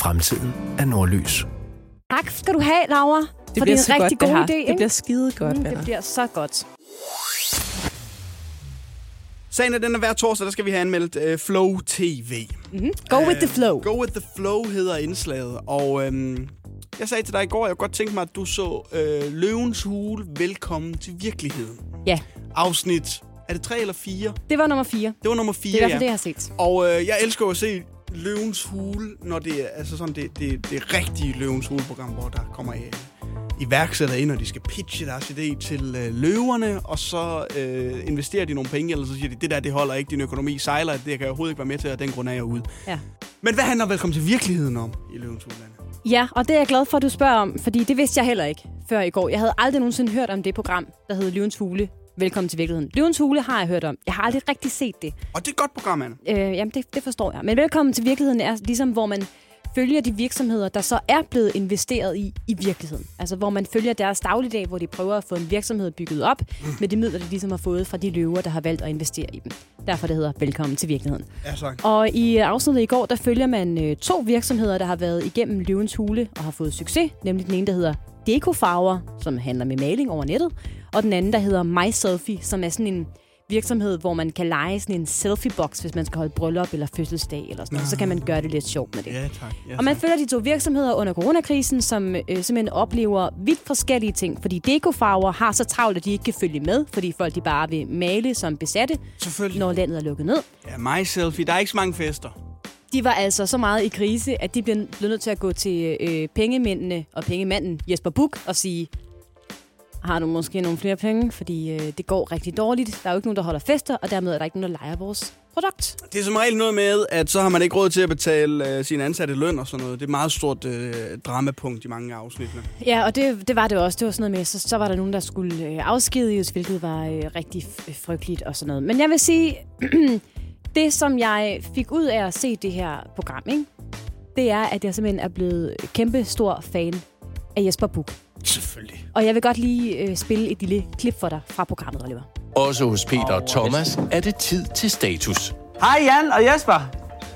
Fremtiden er Nordlys.
tak skal du have, Laura, for det
bliver
er
så
en rigtig
godt,
god
det her.
idé.
Det
ikke?
bliver skide godt,
Mm,
venner.
det bliver så godt.
Sagen er den, at hver torsdag, der skal vi have anmeldt øh, Flow TV.
Go with the flow.
Go with the flow hedder indslaget, og øhm, jeg sagde til dig i går, at jeg kunne godt tænke mig, at du så øh, Løvens Hule, Velkommen til Virkeligheden.
Ja,
Afsnit, er det tre eller fire?
det var nummer fire.
Det var nummer fire,
Det er i hvert
ja.
fald det, jeg har set.
Og øh, jeg elsker jo at se Løvens Hule, når det er altså sådan det, det, det rigtige Løvens Hule-program, hvor der kommer øh, iværksættere ind, og de skal pitche deres idé til øh, løverne, og så øh, investerer de nogle penge, eller så siger de, det der, det holder ikke, din økonomi sejler, det kan jeg overhovedet ikke være med til, og af den grund er jeg ude.
Ja.
Men hvad handler velkommen til virkeligheden om i Løvens Hule? Anna?
Ja, og det er jeg glad for, at du spørger om, fordi det vidste jeg heller ikke før i går. Jeg havde aldrig nogensinde hørt om det program, der hedder Løvens Hule. Velkommen til virkeligheden. Løvens Hule har jeg hørt om. Jeg har aldrig rigtig set det.
Og det er et godt program, Anna.
Øh, jamen, det, det forstår jeg. Men velkommen til virkeligheden er ligesom, hvor man følger de virksomheder, der så er blevet investeret i i virkeligheden. Altså, hvor man følger deres dagligdag, hvor de prøver at få en virksomhed bygget op med de midler, de ligesom har fået fra de løver, der har valgt at investere i dem. Derfor det hedder Velkommen til virkeligheden.
Ja, tak.
Og i øh, afsnittet i går, der følger man øh, to virksomheder, der har været igennem løvens hule og har fået succes. Nemlig den ene, der hedder Dekofarver, som handler med maling over nettet. Og den anden, der hedder My Selfie, som er sådan en virksomhed, hvor man kan lege sådan en selfie-boks, hvis man skal holde bryllup eller fødselsdag eller sådan noget. Så kan man gøre det lidt sjovt med det.
Ja, tak. Ja,
Og man
tak.
følger de to virksomheder under coronakrisen, som øh, simpelthen oplever vidt forskellige ting, fordi dekofarver har så travlt, at de ikke kan følge med, fordi folk de bare vil male som besatte,
Selvfølgelig.
når landet er lukket ned.
Ja, mig selfie. Der er ikke så mange fester.
De var altså så meget i krise, at de blev, blev nødt til at gå til øh, pengemændene og pengemanden Jesper Buk og sige, har du måske nogle flere penge, fordi øh, det går rigtig dårligt. Der er jo ikke nogen, der holder fester, og dermed er der ikke nogen, der leger vores produkt.
Det er som regel noget med, at så har man ikke råd til at betale øh, sine ansatte løn og sådan noget. Det er et meget stort øh, dramapunkt i mange af afsnittene.
Ja, og det, det var det også. Det var sådan noget med, så, så var der nogen, der skulle øh, afskediges, hvilket var øh, rigtig f- frygteligt og sådan noget. Men jeg vil sige, det som jeg fik ud af at se det her program, ikke? det er, at jeg simpelthen er blevet kæmpe stor fan af Jesper Buch.
Selvfølgelig.
Og jeg vil godt lige øh, spille et lille klip for dig fra programmet, Oliver.
Også hos Peter og Thomas er det tid til status.
Hej Jan og Jesper.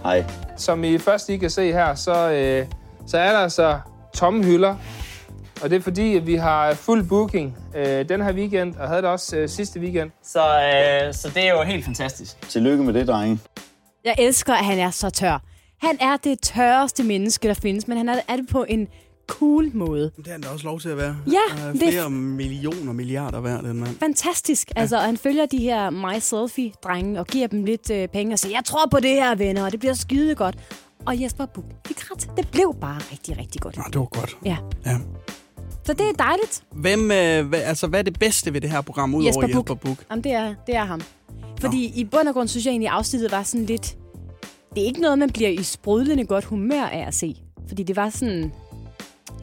Hej.
Som I først lige kan se her, så, øh, så er der altså tomme hylder. Og det er fordi, at vi har fuld booking øh, den her weekend, og havde det også øh, sidste weekend. Så, øh, så det er jo helt fantastisk.
Tillykke med det, drenge.
Jeg elsker, at han er så tør. Han er det tørreste menneske, der findes, men han er, er det på en cool måde.
Det har han da også lov til at være.
Ja,
Der er
det-
flere millioner milliarder værd, den mand.
fantastisk. Altså, og han følger de her My Selfie-drenge og giver dem lidt øh, penge og siger, jeg tror på det her, venner, og det bliver skide godt. Og Jesper Buch fik ret. Det blev bare rigtig, rigtig godt.
Nå, det var godt.
Ja.
Ja.
Så det er dejligt,
Hvem, øh, hvad, altså, hvad er det bedste ved det her program, udover
Jesper
Jesper,
Buch.
Jesper Buch?
Jamen, det er, det er ham. Fordi Nå. i bund og grund synes jeg egentlig, at afsnittet var sådan lidt... Det er ikke noget, man bliver i sprudlende godt humør af at se. Fordi det var sådan...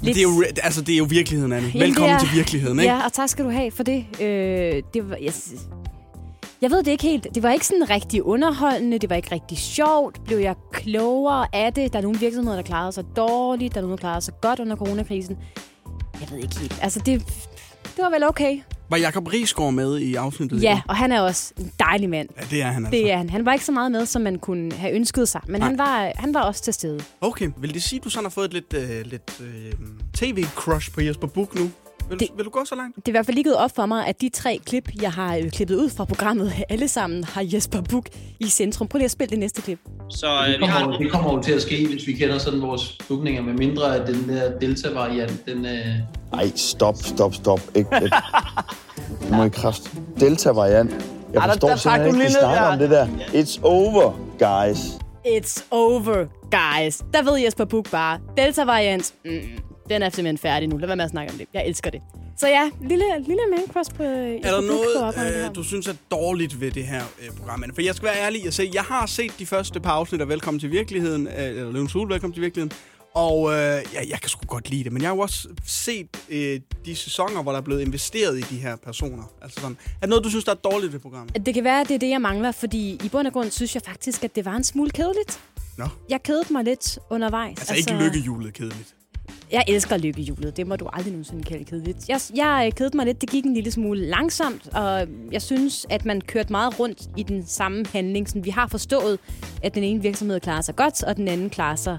Lidt... Det, er jo, re- altså, det er jo virkeligheden, Anne.
Jamen, det
Velkommen
er-
til virkeligheden, ikke?
Ja, og tak skal du have for det. Øh, det var, jeg, s- jeg ved det ikke helt. Det var ikke sådan rigtig underholdende. Det var ikke rigtig sjovt. Blev jeg klogere af det? Der er nogle virksomheder, der klarede sig dårligt. Der er nogle, der klarede sig godt under coronakrisen. Jeg ved ikke helt. Altså, det, det var vel okay.
Var Jacob Riesgaard med i afsnittet?
Ja, og han er også en dejlig mand.
Ja, det er han altså.
Det er han. Han var ikke så meget med, som man kunne have ønsket sig. Men
Nej.
han var, han var også til stede.
Okay, vil det sige, at du sådan har fået et lidt, øh, lidt øh, tv-crush på Jesper Buch nu? Vil, det...
Det-
vil du gå så langt?
Det er i hvert fald lige gået op for mig, at de tre klip, jeg har øh, klippet ud fra programmet, alle sammen har Jesper Buch i centrum. Prøv lige at spille det næste klip.
Så det kommer, jo- det kommer jo til at ske, hvis vi kender sådan vores bookninger, med mindre at den der Delta-variant, den... Øh,
Nej, stop, stop, stop. Ikke, ikke. Du må i kraft. Delta-variant. Jeg
der-
forstår
der trak du
simpelthen ikke,
lige
de
ned
snakker
der.
om det der. It's over, guys.
It's over, guys. Der ved Jesper Buch bare, Delta-variant, mm, den er simpelthen færdig nu. Lad være med at snakke om det. Jeg elsker det. Så ja, lille, lille mancross på øh, Jesper
Er der
Buch, går op under det
noget,
her.
øh, du synes er dårligt ved det her øh, program, Anne? For jeg skal være ærlig og sige, jeg har set de første par afsnit af Velkommen til Virkeligheden, øh, eller Løvens Hul, Velkommen til Virkeligheden, og øh, ja, jeg kan sgu godt lide det, men jeg har jo også set øh, de sæsoner, hvor der er blevet investeret i de her personer. Altså sådan. Er det noget, du synes, der er dårligt ved programmet?
Det kan være, at det er det, jeg mangler, fordi i bund og grund synes jeg faktisk, at det var en smule kedeligt.
Nå, altså,
Jeg kedede mig lidt undervejs.
altså ikke lykkehjulet kedeligt.
Jeg elsker lykkehjulet. Det må du aldrig nogensinde kalde kedeligt. Jeg, jeg øh, kedede mig lidt. Det gik en lille smule langsomt, og jeg synes, at man kørte meget rundt i den samme handling. Sådan, vi har forstået, at den ene virksomhed klarer sig godt, og den anden klarer sig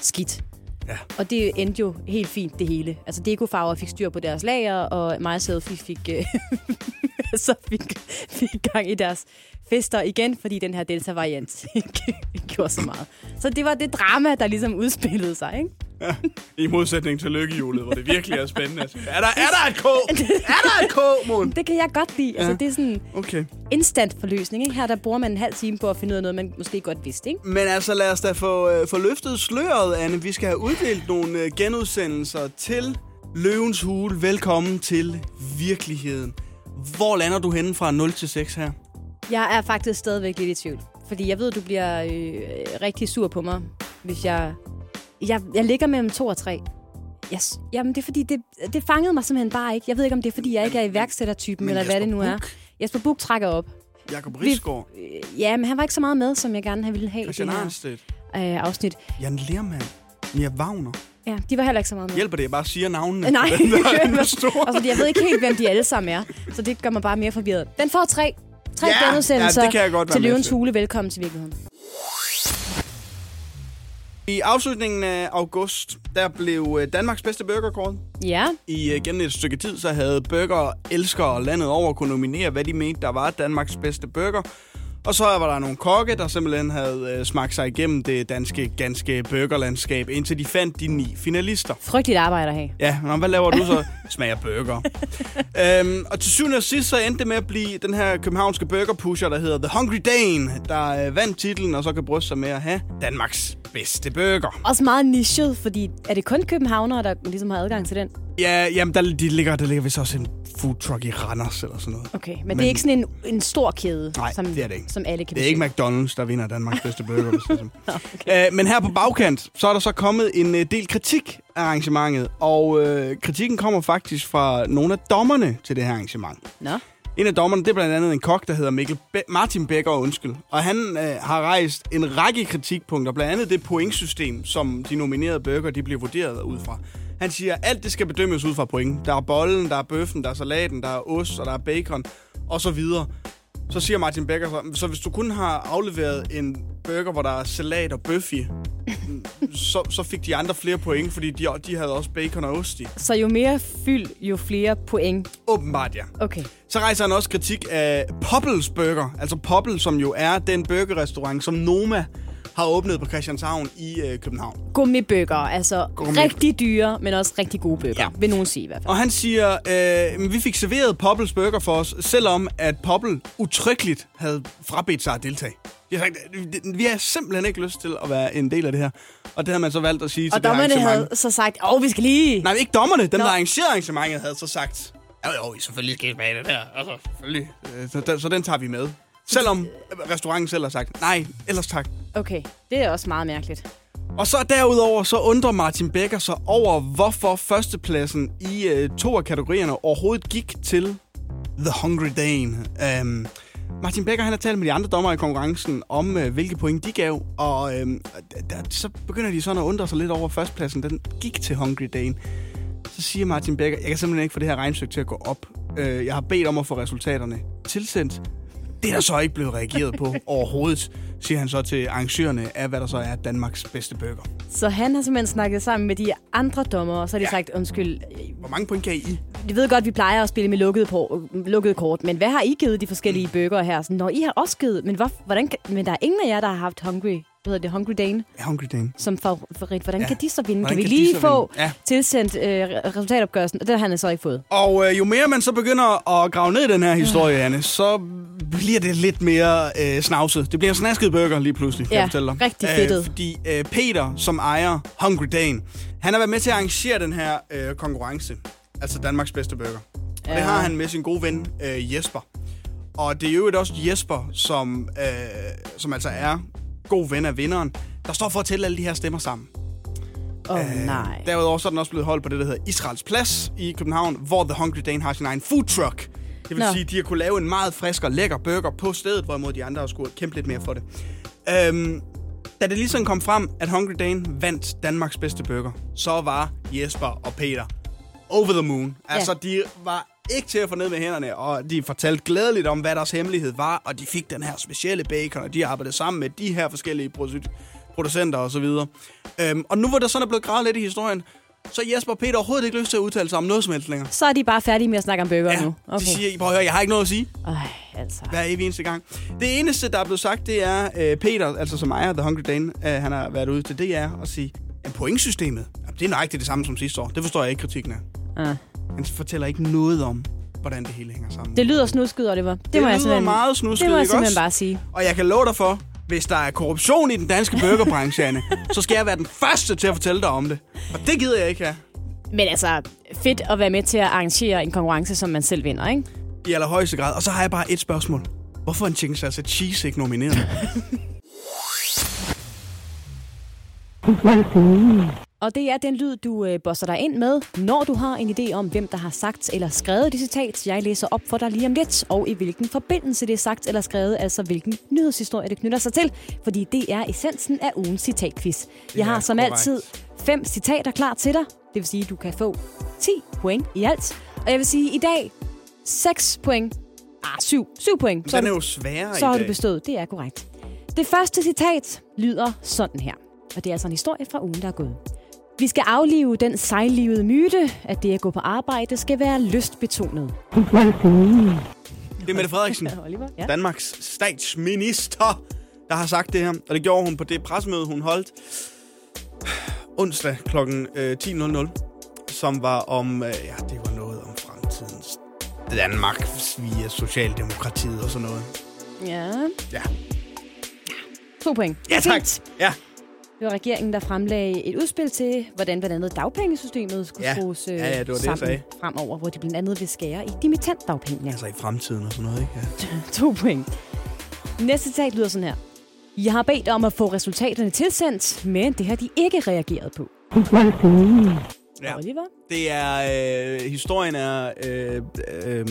skidt.
Ja.
Og det endte jo helt fint, det hele. Altså, Dekofarver fik styr på deres lager, og mig og Selfie fik, øh, så fik, fik gang i deres fester igen, fordi den her Delta-variant ikke gjorde så meget. Så det var det drama, der ligesom udspillede sig, ikke?
I modsætning til lykkehjulet, hvor det virkelig er spændende. Er der, er der et K? Er der et K, Mon?
Det kan jeg godt lide. Altså,
Ja.
det er sådan
Okay.
instant forløsning. Ikke? Her der bruger man en halv time på at finde ud af noget, man måske godt vidste. Ikke?
Men altså, lad os da få, øh, få løftet sløret, Anne. Vi skal have uddelt nogle øh, genudsendelser til Løvens Hule. Velkommen til virkeligheden. Hvor lander du henne fra 0 til 6 her?
Jeg er faktisk stadigvæk lidt i tvivl. Fordi jeg ved, du bliver øh, rigtig sur på mig, hvis jeg... Jeg, jeg ligger mellem to og tre. Jeg, s- jamen, det er fordi, det, det fangede mig simpelthen bare ikke. Jeg ved ikke, om det er, fordi jeg ikke er iværksættertypen,
Men
eller hvad
Jesper
det nu er. Jesper Buch trækker op.
Jakob Risgaard,
Øh, Ja, men han var ikke så meget med, som jeg gerne ville have i
Christian
det her
Arnstedt,
øh, afsnit.
Jan Lermand, Mia Wagner.
Ja, de var heller ikke så meget med.
Hjælper det, at jeg bare siger navnene?
Øh, Nej. Altså-
Den der, den er stor.
Og fordi jeg ved ikke helt, hvem de alle sammen er. Så det gør mig bare mere forvirret. Den får tre. Tre
Ja,
genudsendelser
ja, det kan jeg godt være
til
med
Løvens
til.
Hule. Velkommen til virkeligheden.
I afslutningen af august, der blev øh, Danmarks bedste burger kåret.
Ja.
I øh, gennem et stykke tid, så havde burger elskere landet over kunne nominere, hvad de mente, der var Danmarks bedste burger. Og så var der nogle kokke, der simpelthen havde øh, smagt sig igennem det danske, ganske burgerlandskab, indtil de fandt de ni finalister.
Frygteligt arbejde at have.
Ja, nå, hvad laver du så? Smager burger. øhm, og til syvende og sidst så endte det med at blive den her københavnske burgerpusher, der hedder The Hungry Dane, der øh, vandt titlen og så kan bryste sig med at have Danmarks bedste burger.
Også meget nichet, fordi er det kun københavnere, der ligesom har adgang til den?
Ja, jamen der, de ligger, der ligger vist også en food truck i Randers eller sådan noget.
Okay, men, men det er ikke sådan en, en stor kæde,
Nej,
som,
det er det ikke.
som alle kan
Det er ikke
besøge.
McDonald's, der vinder Danmarks bedste burger. hvis det er sådan. Øh, men her på bagkant, så er der så kommet en øh, del kritik af arrangementet. Og øh, kritikken kommer faktisk fra nogle af dommerne til det her arrangement.
Nå.
En af dommerne, det er blandt andet en kok, der hedder Mikkel Be- Martin Becker, undskyld. Og han øh, har rejst en række kritikpunkter, blandt andet det pointsystem, som de nominerede burger, de bliver vurderet ud fra. Han siger, at alt det skal bedømmes ud fra point. Der er bollen, der er bøffen, der er salaten, der er ost, og der er bacon, og så videre. Så siger Martin Becker, så, så hvis du kun har afleveret en burger, hvor der er salat og bøf i, så, så fik de andre flere point, fordi de, de havde også bacon og ost i.
Så jo mere fyld, jo flere point.
Åbenbart, ja.
Okay.
Så rejser han også kritik af Poppels Burger, altså Poppel, som jo er den burgerrestaurant, som Noma har åbnet på Christianshavn i øh, København.
Gummibøger, altså
Gummi.
Gummi. rigtig dyre, men også rigtig gode bøger, ja. vil nogen sige i hvert fald.
Og han siger, øh, "Men vi fik serveret Poppels Burger for os, selvom at Poppel utryggeligt havde frabedt sig at deltage. De har sagt, "Vi- vi har simpelthen ikke lyst til at være en del af det her. Og det har man så valgt at sige til
Og
det her
dommerne
arrangement.
havde så sagt, åh, oh, vi skal lige...
Nej, men ikke dommerne. Dem,
Nå.
der arrangerede arrangementet, havde så sagt, jo, jo, I selvfølgelig skal I smage det der. Altså, selvfølgelig. Øh, Så, den, så den tager vi med. Selvom restauranten selv har sagt, nej, ellers tak.
Okay, det er også meget mærkeligt.
Og så derudover så undrer Martin Becker sig over, hvorfor førstepladsen i øh, to af kategorierne overhovedet gik til The Hungry Dane. Um, Martin Becker han har talt med de andre dommer i konkurrencen om, øh, hvilke point de gav, og øhm, der, så begynder de sådan at undre sig lidt over, at førstepladsen den gik til Hungry Dane. Så siger Martin Becker, jeg kan simpelthen ikke få det her regnsøg til at gå op. Øh, jeg har bedt om at få resultaterne tilsendt. Det er der så ikke blevet reageret på overhovedet, siger han så til arrangørerne af, hvad der så er Danmarks bedste burger.
Så han har simpelthen snakket sammen med de andre dommer, og så har de ja. sagt, undskyld,
Hvor mange point kan I?
vi ved godt, vi plejer at spille med lukkede, på, lukkede kort, men hvad har I givet de forskellige mm. bøger her? Sådan, Når I har også givet, men, hvor, hvordan, kan- men der er ingen af jer, der har haft Hungry, hvad hedder det, Hungry Dane
Hungry Dane.
som favorit. Hvordan
Ja.
ja. kan de så vinde?
Hvordan
kan vi
kan de
lige
så
få
vinde? Ja.
ja. tilsendt øh, resultatopgørelsen? Og det har han så ikke fået.
Og øh, jo mere man så begynder at grave ned i den her historie,
Ah.
Anne, så bliver det lidt mere øh, snavset. Det bliver en snasket burger lige pludselig, kan
Ja,
jeg fortælle dig.
rigtig fedtet.
fordi øh, Peter, som ejer Hungry Dane, han har været med til at arrangere den her øh, konkurrence. Altså Danmarks bedste burger. Og det
Ja.
har han med sin gode ven øh, Jesper. Og det er jo også Jesper, som, øh, som altså er god ven af vinderen, der står for at tælle alle de her stemmer sammen.
Åh, oh,
Øh,
nej.
Derudover så er den også blevet holdt på det, der hedder Israels Plads i København, hvor The Hungry Dane har sin egen food truck. Det vil
Nå.
sige, at de har kunne lave en meget frisk og lækker burger på stedet, hvorimod de andre har skulle kæmpe lidt mere for det. Øhm, da det ligesom kom frem, at Hungry Dane vandt Danmarks bedste burger, så var Jesper og Peter over the moon.
Ja.
Altså, de var ikke til at få ned med hænderne, og de fortalte glædeligt om, hvad deres hemmelighed var, og de fik den her specielle bacon, og de arbejdede sammen med de her forskellige produ- producenter osv. Øhm, og nu hvor der sådan er blevet gravet lidt i historien, så har Jesper og Peter overhovedet ikke lyst til at udtale sig om noget som helst længere.
Så er de bare færdige med at snakke om bøger ja, nu.
Okay.
Okay.
De siger, prøv at høre, jeg har ikke noget at sige.
Ej, altså.
Hver evig eneste gang. Det eneste, der er blevet sagt, det er øh, Peter, altså som ejer af The Hungry Dane, øh, han har været ude til DR og sige, at pointsystemet, jamen, det er nøjagtigt det samme som sidste år. Det forstår jeg ikke, kritikken er.
Ah.
Han fortæller ikke noget om, hvordan det hele hænger sammen.
Det lyder snusket, Oliver. Det,
Det
må jeg
lyder
simpelthen,
meget snusket,
Det må jeg
ikke
simpelthen
også?
bare sige.
Og jeg kan love dig for, hvis der er korruption i den danske burgerbranche, Anne, så skal jeg være den første til at fortælle dig om det. Og det gider jeg ikke have.
Men altså, fedt at være med til at arrangere en konkurrence, som man selv vinder, ikke?
I allerhøjeste grad. Og så har jeg bare et spørgsmål. Hvorfor er en chicken salsa cheese ikke nomineret?
Og det er den lyd, du øh, bosser dig ind med, når du har en idé om, hvem der har sagt eller skrevet det citat, jeg læser op for dig lige om lidt, og i hvilken forbindelse det er sagt eller skrevet, altså hvilken nyhedshistorie det knytter sig til, fordi det er essensen af ugens citatquiz. Jeg har som
korrekt.
altid fem citater klar til dig, det vil sige, du kan få 10 point i alt, og jeg vil sige, i dag 6 point, ah, 7, 7 point.
Den
har
er
du-
jo sværere i
Så har du
dag.
bestået, det er korrekt. Det første citat lyder sådan her. og det er altså en historie fra ugen, der er gået. Vi skal aflive den sejlivede myte, at det at gå på arbejde skal være lystbetonet.
Det er Mette Frederiksen,
Oliver, ja.
Danmarks statsminister, der har sagt det her. Og det gjorde hun på det pressemøde, hun holdt onsdag kl. øh, 10.00, som var om, øh, ja, det var noget om fremtidens Danmark via Socialdemokratiet og sådan noget.
Ja.
Ja.
To point.
Ja, tak. Ja.
Det var regeringen, der fremlagde et udspil til, hvordan blandt andet dagpengesystemet skulle
Ja.
skrues øh,
Ja, ja, det var det, jeg
sammen
sagde.
fremover, hvor de blandt andet vil skære i dimittentdagpengene.
Altså i fremtiden og sådan noget, ikke? Ja.
to point. Næste citat lyder sådan her. Jeg har bedt om at få resultaterne tilsendt, men det har de ikke reageret på.
Ja.
Oliver?
Det er, øh, historien er øh, øh,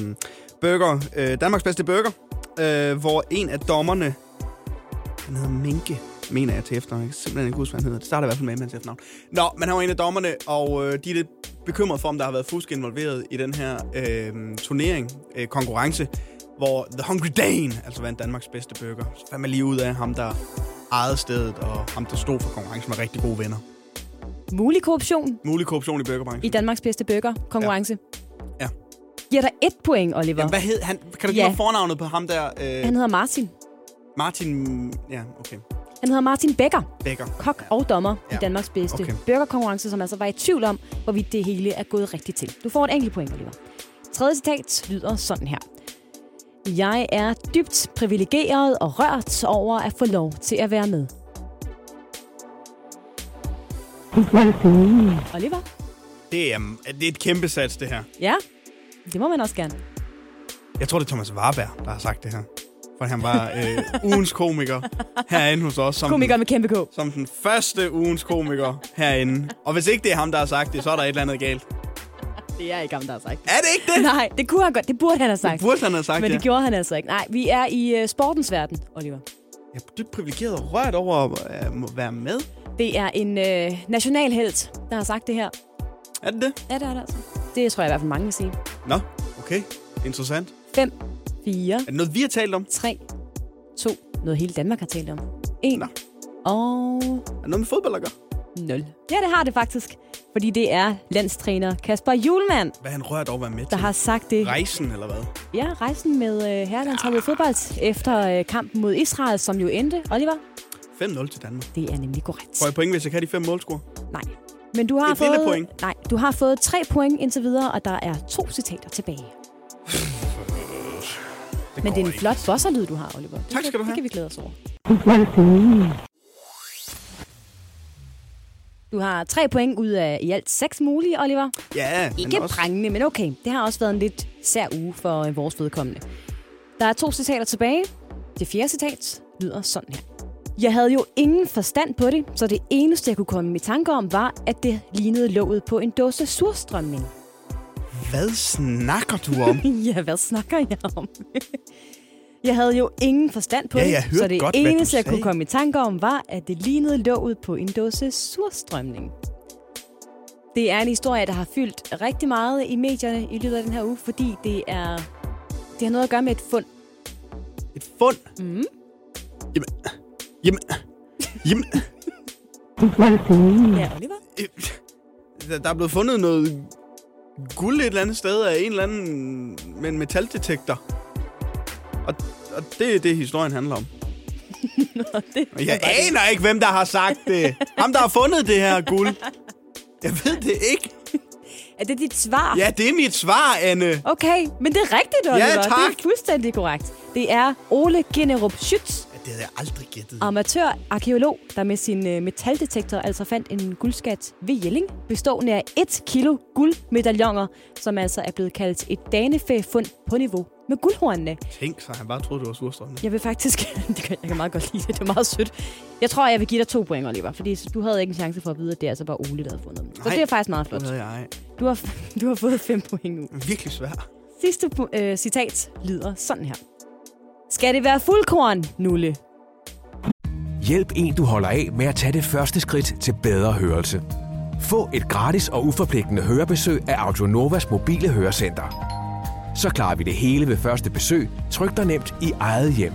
burger, øh, Danmarks bedste burger, øh, hvor en af dommerne, han hedder Minke, mener jeg til efternavn. Jeg kan simpelthen ikke huske, hvad han hedder. Det starter i hvert fald med, at han til efternavn. Nå, men han var en af dommerne, og øh, de er lidt bekymrede for, om der har været fusk involveret i den her øh, turnering, øh, konkurrence, hvor The Hungry Dane, altså vandt Danmarks bedste burger. Så fandt man lige ud af ham, der ejede stedet, og ham, der stod for konkurrencen, var rigtig gode venner.
Mulig korruption
Mulig korruption i burgerbranchen.
i Danmarks bedste burger konkurrence.
Ja.
Giver dig et point, Oliver.
Jamen, hvad hed han? Kan du give
Ja.
mig fornavnet på ham der? Øh,
Han hedder Martin.
Martin... Ja, okay.
Han hedder Martin Becker,
Becker.
kok og dommer ja. i Danmarks bedste okay. burgerkonkurrence, som altså var i tvivl om, hvorvidt det hele er gået rigtigt til. Du får et enkelt point, Oliver. Tredje citat lyder sådan her. Jeg er dybt privilegeret og rørt over at få lov til at være med. Oliver?
Det er, um, det er et kæmpe sats, det her.
Ja, det må man også gerne.
Jeg tror, det er Thomas Warberg, der har sagt det her. For han var øh, ugens komiker herinde hos os. Som
Komiker med kæmpe K.
Som den første ugens komiker herinde. Og hvis ikke det er ham, der har sagt det, så er der et eller andet galt.
Det er ikke ham, der har sagt.
Er det ikke det?
Nej, det kunne han godt. Det burde han have sagt.
Burde han have sagt
Men
ja.
det gjorde han altså ikke. Nej, vi er i øh, sportens verden, Oliver.
Jeg er dybt privilegeret og rørt over at øh, må være med.
Det er en øh, nationalhelt, der har sagt det her.
Er det det?
Ja, det er det altså. Det tror jeg i hvert fald mange vil sige.
Nå, okay. Interessant.
5, 4,
Er det noget, vi har talt om?
3, 2, noget hele Danmark har talt om. 1 og
Er det noget med fodbold at gøre?
0. Ja, det har det faktisk. Fordi det er landstræner Kasper Julemand,
Hvad er han rørt over at være med
der
til?
har sagt det.
Rejsen, eller hvad?
Ja, rejsen med øh, herrelandsholdet i fodbold efter øh, kampen mod Israel, som jo endte, Oliver.
5-0 til Danmark.
Det er nemlig korrekt.
Får jeg point, hvis jeg kan de fem målscore?
Nej. Men du har
Et
fået...
lille point.
Nej, du har fået tre point indtil videre, og der er to citater tilbage. Det Men det er en flot bosserlyd, du har, Oliver. Det
Tak skal
kan,
du
Det
have.
kan vi glæde os over. Du har tre point ud af i alt seks mulige, Oliver.
Ja,
Ikke
men også...
prangende, men okay. Det har også været en lidt sær uge for øh, vores vedkommende. Der er to citater tilbage. Det fjerde citat lyder sådan her. Jeg havde jo ingen forstand på det, så det eneste, jeg kunne komme i tanker om, var, at det lignede låget på en dåse surstrømning.
Hvad snakker du om?
ja, hvad snakker jeg om? jeg havde jo ingen forstand på
Ja, jeg
det, så
hørte
det
godt, hvad du
eneste, jeg kunne
sagde.
komme i tanker om, var, at det lignede låget på en dåse surstrømning. Det er en historie, der har fyldt rigtig meget i medierne i løbet af den her uge, fordi det er det har noget at gøre med et fund.
Mm. Et fund? Mm. Jamen, jamen, jamen,
Ja, Oliver.
øh, der- der er blevet fundet noget guld et eller andet sted af en eller anden med en metaldetektor. Og, og det er det, historien handler om.
det
Og jeg aner ikke, hvem der har sagt det. Ham, der har fundet det her guld. Jeg ved det ikke.
Er det dit svar?
Ja, det er mit svar, Anne.
Okay, men det er rigtigt, Oliver. Det
tak.
er fuldstændig korrekt. Det er Ole Ginnerup Schütz,
Ja, det havde jeg aldrig gættet.
amatørarkeolog, der med sin øh, metaldetektor altså fandt en guldskat ved Jelling, bestående af 1 kilo guldmedaljoner, som altså er blevet kaldt et danefæfund på niveau med guldhornene.
Tænk så, han bare troede, det var surstrømmende.
Jeg vil faktisk... det kan, jeg kan meget godt lide det. Det er meget sødt. Jeg tror, jeg vil give dig to point, Oliver, fordi du havde ikke en chance for at vide, at det er altså bare Ole, der havde fundet dem. Så
Nej,
det er faktisk meget flot.
Det havde jeg
Du har, du har fået fem point nu.
virkelig svært.
Sidste pu- øh, citat lyder sådan her. Skal det være fuldkorn, Nulle?
Hjælp en, du holder af med at tage det første skridt til bedre hørelse. Få et gratis og uforpligtende hørebesøg af Audionovas mobile hørecenter. Så klarer vi det hele ved første besøg, tryk dig nemt i eget hjem.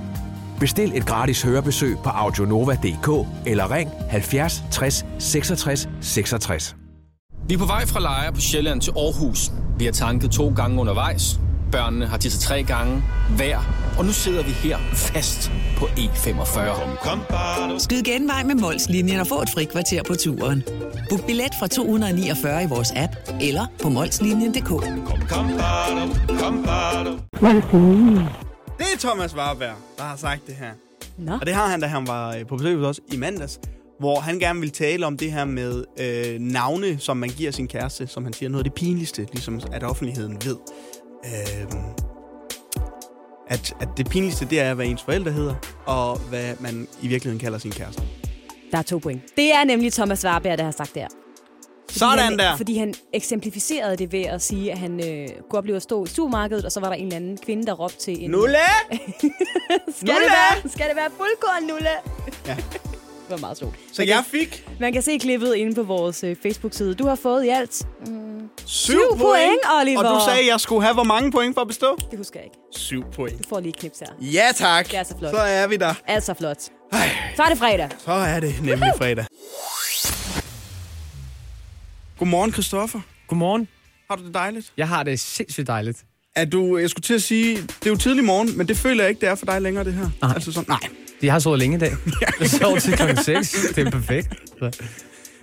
Bestil et gratis hørebesøg på audionova.dk eller ring 70 60 66 66.
Vi er på vej fra Lejre på Sjælland til Aarhus. Vi har tanket to gange undervejs. Børnene har tisset tre gange hver. Og nu sidder vi her fast på E E45.
Skyd genvej med Molslinjen og få et fri kvarter på turen. Book billet fra 249 i vores app eller på molslinjen.dk.
Det er Thomas Warberg, der har sagt det her.
Nå.
Og det har han, da han var øh, på besøg hos os i mandags, hvor han gerne ville tale om det her med øh, navne, som man giver sin kæreste, som han siger, noget af det pinligste, ligesom at offentligheden ved. Øh, at, at det pinligste, det er, hvad ens forældre hedder, og hvad man i virkeligheden kalder sin kæreste.
Der er to point. Det er nemlig Thomas Warberg, der har sagt det her. Fordi
Sådan
han,
der.
Fordi han eksemplificerede det ved at sige, at han øh, kunne opleve at stå i supermarkedet, og så var der en eller anden kvinde, der råbte til en...
Nulle!
skal, det være, skal det være fuldkorn, Nulle?
Ja.
det var meget sjovt.
Så jeg fik
Man kan se klippet inde på vores øh, Facebook-side. Du har fået i alt... Mm,
syv
point, Oliver.
Og du sagde, at jeg skulle have hvor mange point for at bestå?
Det husker jeg ikke.
Syv point.
Du får lige et knips her.
Ja tak.
Det er så flot.
Så er vi der.
Altså flot. Så er det fredag.
Så er det nemlig fredag. Godmorgen, Christoffer.
Godmorgen.
Har du det dejligt?
Jeg har det sindssygt dejligt.
Er du, jeg skulle til at sige, det er jo tidlig morgen, men det føler jeg ikke, det er for dig længere, det her. Nej. Altså sådan, nej.
Jeg har sovet længe i dag. Jeg sov til klokken 6. Det er perfekt. Så.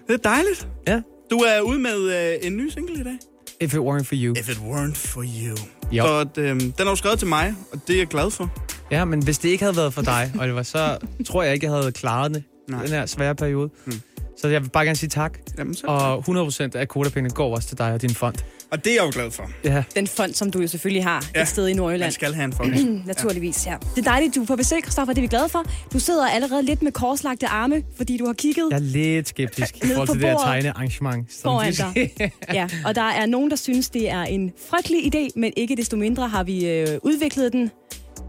Det er dejligt.
Ja.
Du er ude med øh, en ny single i dag.
If it weren't for you.
If it weren't for you.
Jo.
Så at, øh, den er jo skrevet til mig, og det er jeg glad for.
Ja, men hvis det ikke havde været for dig, og det var så, tror jeg ikke, jeg havde klaret det.
Nej.
Den her svære periode. Mm. Så jeg vil bare gerne sige tak.
Jamen, så
og 100% af kvotapengene går også til dig og din fond.
Og det er jeg jo glad for.
Ja.
Den fond, som du jo selvfølgelig har ja. et sted i Nordjylland.
Man skal have en fond.
Naturligvis, ja. Det er dejligt, du er på besøg, Christoffer. Det er vi glade for. Du sidder allerede lidt med korslagte arme, fordi du har kigget
Jeg er lidt skeptisk i
Ned
forhold
på
til det her
bordet.
tegnearrangement. som
foran
de-
dig. Ja, og der er nogen, der synes, det er en frygtelig idé, men ikke desto mindre har vi øh, udviklet den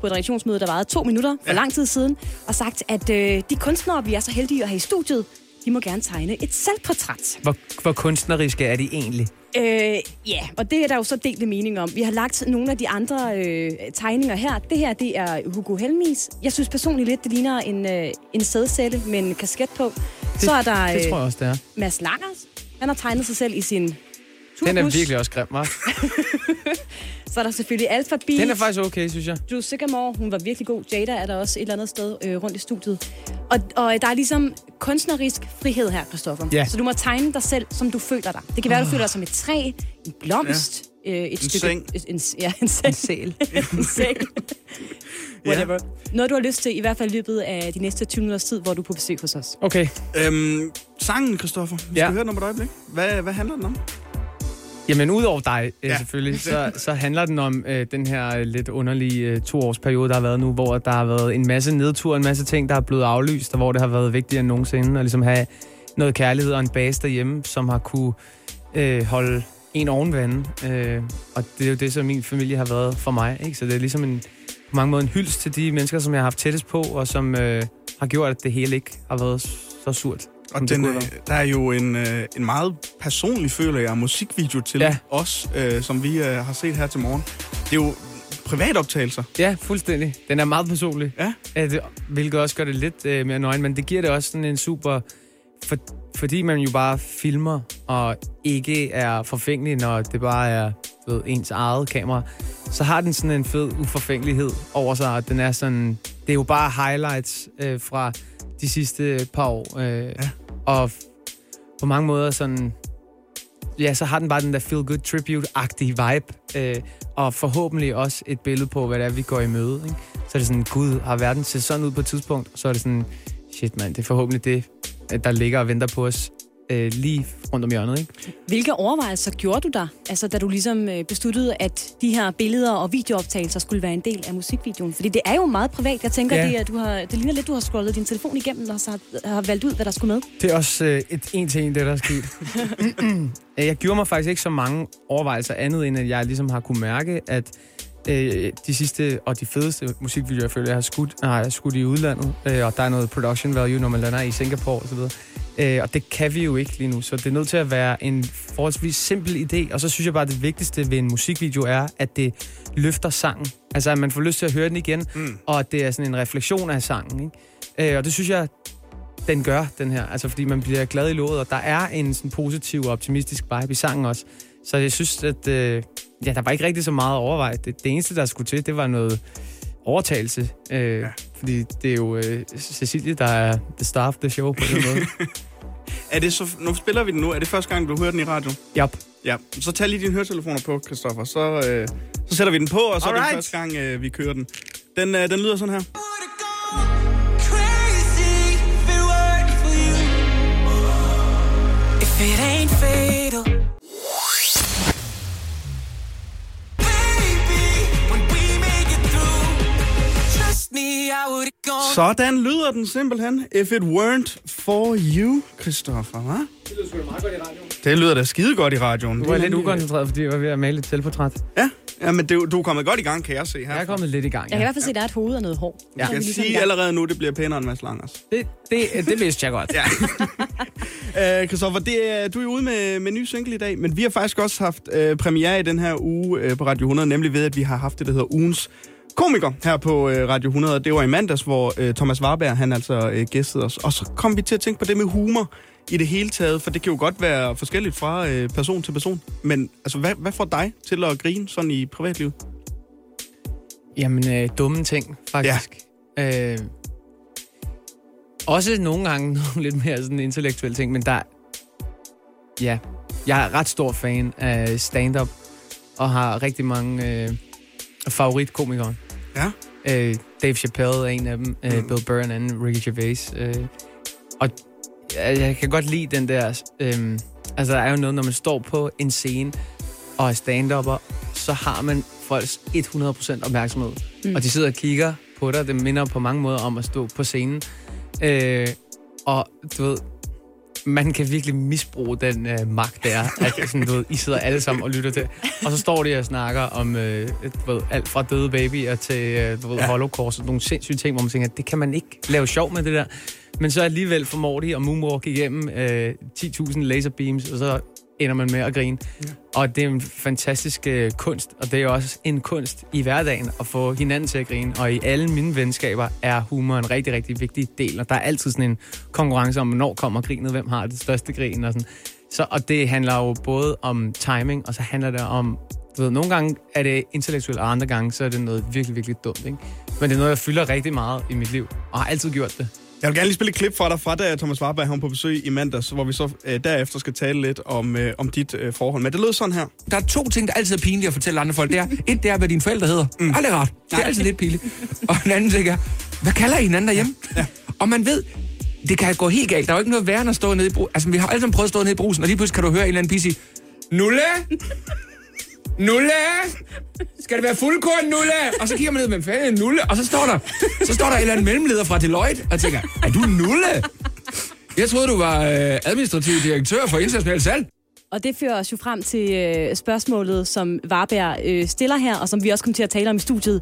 på et redaktionsmøde, der varede to minutter for lang tid siden, og sagt, at øh, de kunstnere, vi er så heldige at have i studiet, de må gerne tegne et selvportræt.
Hvor, hvor kunstneriske er de egentlig?
Øh, ja, og det er der jo så delte mening om. Vi har lagt nogle af de andre øh, tegninger her. Det her, det er Hugo Helmis. Jeg synes personligt lidt, det ligner en, øh, en sædsætte med en kasket på.
Det,
så er der øh,
det tror jeg også, det er.
Mads Langers. Han har tegnet sig selv i sin
Den er
turbus.
virkelig også grim, hva'?
Så er der selvfølgelig Alpha Beat.
Den er faktisk okay, synes jeg.
Drew Sycamore, hun var virkelig god. Jada er der også et eller andet sted øh, rundt i studiet. Og, og der er ligesom kunstnerisk frihed her, Christoffer.
Ja.
Så du må tegne dig selv, som du føler dig. Det kan være, du
Ah.
føler dig som et træ, en blomst, ja. øh, et
En
stykke...
seng.
Et, en, ja, en seng. En sæl. en seng.
Whatever.
Noget, du har lyst til, i hvert fald i løbet af de næste 20 minutters tid, hvor du er på besøg hos os.
Okay.
Øhm, sangen, Christoffer. Vi skal ja. høre den om et øjeblik. Hvad, hvad handler den om?
Jamen, udover dig ja.
Ja.
selvfølgelig, så, så handler den om øh, den her øh, lidt underlige øh, toårsperiode, der har været nu, hvor der har været en masse nedtur, en masse ting, der er blevet aflyst, og hvor det har været vigtigere end nogensinde at ligesom have noget kærlighed og en base derhjemme, som har kunne øh, holde en ovenvande. Øh, og det er jo det, som min familie har været for mig. Ikke? Så det er ligesom en, på mange måder en hyldst til de mennesker, som jeg har haft tættest på, og som øh, har gjort, at det hele ikke har været så surt. som
Og
det
den,
kunne
øh,
have været.
der er jo en, øh, en meget personlig, føler jeg, musikvideo til ja. os, øh, som vi øh, har set her til morgen. Det er jo privatoptagelser.
Ja, fuldstændig. Den er meget personlig.
Ja.
At, hvilket også gør det lidt øh, mere nøgen, men det giver det også sådan en super... For, fordi man jo bare filmer og ikke er forfængelig, når det bare er du ved, ens eget kamera, så har den sådan en fed uforfængelighed over sig, og den er sådan... Det er jo bare highlights øh, fra de sidste par år, øh, ja. og f- på mange måder sådan ja, så har den bare den der feel good tribute-agtige vibe, øh, og forhåbentlig også et billede på, hvad det er, vi går i møde. Ikke? Så er det sådan, gud, har verden set sådan ud på et tidspunkt? Og så er det sådan, shit mand, det er forhåbentlig det, at der ligger og venter på os øh, lige rundt om hjørnet. Ikke?
Hvilke overvejelser gjorde du dig, altså, da du ligesom øh, besluttede, at de her billeder og videooptagelser skulle være en del af musikvideoen? Fordi det er jo meget privat. Jeg tænker,
Ja.
ja. det, er, du har, det ligner lidt, du har scrollet din telefon igennem og så har, har valgt ud, hvad der skulle med.
Det er også øh, et en til en, det der er sket. Øh, jeg gjorde mig faktisk ikke så mange overvejelser andet, end at jeg ligesom har kunne mærke, at øh, de sidste og de fedeste musikvideoer, jeg føler, jeg har skudt, har jeg skudt i udlandet, øh, og der er noget production value, når man lander i Singapore osv., Øh, og det kan vi jo ikke lige nu, så det er nødt til at være en forholdsvis simpel idé. Og så synes jeg bare, at det vigtigste ved en musikvideo er, at det løfter sangen. Altså, at man får lyst til at høre den igen, mm. og at det er sådan en refleksion af sangen. Ikke? Øh, og det synes jeg, den gør, den her. Altså, fordi man bliver glad i låget, og der er en sådan positiv og optimistisk vibe i sangen også. Så jeg synes, at øh, ja, der var ikke rigtig så meget at overveje. Det, det eneste, der skulle til, det var noget overtagelse. Øh, ja. Fordi det er jo øh, Cecilie, der er the star of the show på den måde.
Er det så, nu spiller vi den nu. Er det første gang, du hører den i radio?
Yep.
Ja. Så tag lige dine høretelefoner på, Christoffer. Så, øh, så sætter vi den på, og så er det
Alright.
første gang, øh, vi kører den. Den, øh, den lyder sådan her.
If it ain't fatal.
Sådan lyder den simpelthen. If it weren't for you, Christoffer, hva'?
Det lyder sgu da meget godt i radioen.
Det lyder da skide godt i radioen.
Du var
Det er
lidt
nemlig-
ukoncentreret, fordi jeg var ved at male et selvportræt.
Ja, ja men du, du er kommet godt i gang, kan jeg se her. Jeg er
kommet lidt i gang,
Jeg kan i hvert fald se, at der er et hoved og noget hår. Så
Jeg
er vi
kan
ligesom i
sige
gang.
allerede nu, det bliver pænere end Mads Langers.
Det, det, det vidste jeg godt.
ja. Øh, Christoffer, det, er- du er jo ude med, med en ny single i dag, men vi har faktisk også haft øh, premiere i den her uge øh, på Radio 100, nemlig ved, at vi har haft det, der hedder ugens komiker her på øh, Radio 100. og Det var i mandags, hvor øh, Thomas Warberg, han altså øh, gæstede os. Og så kom vi til at tænke på det med humor i det hele taget, for det kan jo godt være forskelligt fra øh, person til person. Men altså, hvad, hvad får dig til at grine sådan i privatlivet?
Jamen, øh, dumme ting, faktisk. Ja. Øh, også nogle gange nogle lidt mere sådan intellektuelle ting, men der... Ja, jeg er ret stor fan af stand-up, og har rigtig mange øh, favoritkomikere.
Ja.
Øh, Dave Chappelle er en af dem, øh,
Mm.
Bill Burr er en anden, Ricky Gervais. Øh, og jeg, jeg kan godt lide den der... Øh, altså, der er jo noget, når man står på en scene og er stand-upper, så har man folks 100% opmærksomhed.
Mm.
Mm. Og de sidder og kigger på dig. Det minder på mange måder om at stå på scenen. Øh, og du ved, man kan virkelig misbruge den øh, magt, der er. At, sådan, du ved, I sidder alle sammen og lytter til. Og så står de og snakker om øh, du ved, alt fra døde babyer til øh, du ved, ja. holocaust og nogle sindssyge ting, hvor man tænker, at det kan man ikke lave sjov med det der. Men så alligevel formår de at moonwalk igennem øh, 10.000 laserbeams, og så ender man med at grine. Ja. Og det er en fantastisk øh, kunst, og det er jo også en kunst i hverdagen at få hinanden til at grine. Og i alle mine venskaber er humor en rigtig, rigtig vigtig del, og der er altid sådan en konkurrence om, hvornår kommer grinet, hvem har det største grin og sådan. Så, og det handler jo både om timing, og så handler det om, du ved, nogle gange er det intellektuelt, og andre gange, så er det noget virkelig, virkelig dumt, ikke? Men det er noget, der fylder rigtig meget i mit liv, og har altid gjort det.
Jeg vil gerne lige spille et klip fra dig, fra da Thomas Warberg han var på besøg i mandags, hvor vi så øh, derefter skal tale lidt om, øh, om dit øh, forhold. Men det lød sådan her.
Der er to ting, der altid er pinlige at fortælle andre folk. Det er, et, det er, hvad dine forældre hedder. Mm. Aldrig rart. Det er altid lidt pinligt. Og den anden ting er, hvad kalder I hinanden derhjemme? Ja. Og man ved, det kan gå helt galt. Der er jo ikke noget værre end at stå nede i brusen. Altså, vi har alle sammen prøvet at stå nede i brusen, og lige pludselig kan du høre en eller anden pige sige, Nulle! Nulle! Skal det være fuldkorn, Nulle? Og så kigger man ned, hvem fanden er Nulle? Og så står der, så står der en eller anden mellemleder fra Deloitte, og tænker, er du Nulle? Jeg troede, du var øh, administrativ direktør for international salg.
Og det fører os jo frem til øh, spørgsmålet, som Varberg øh, stiller her, og som vi også kommer til at tale om i studiet.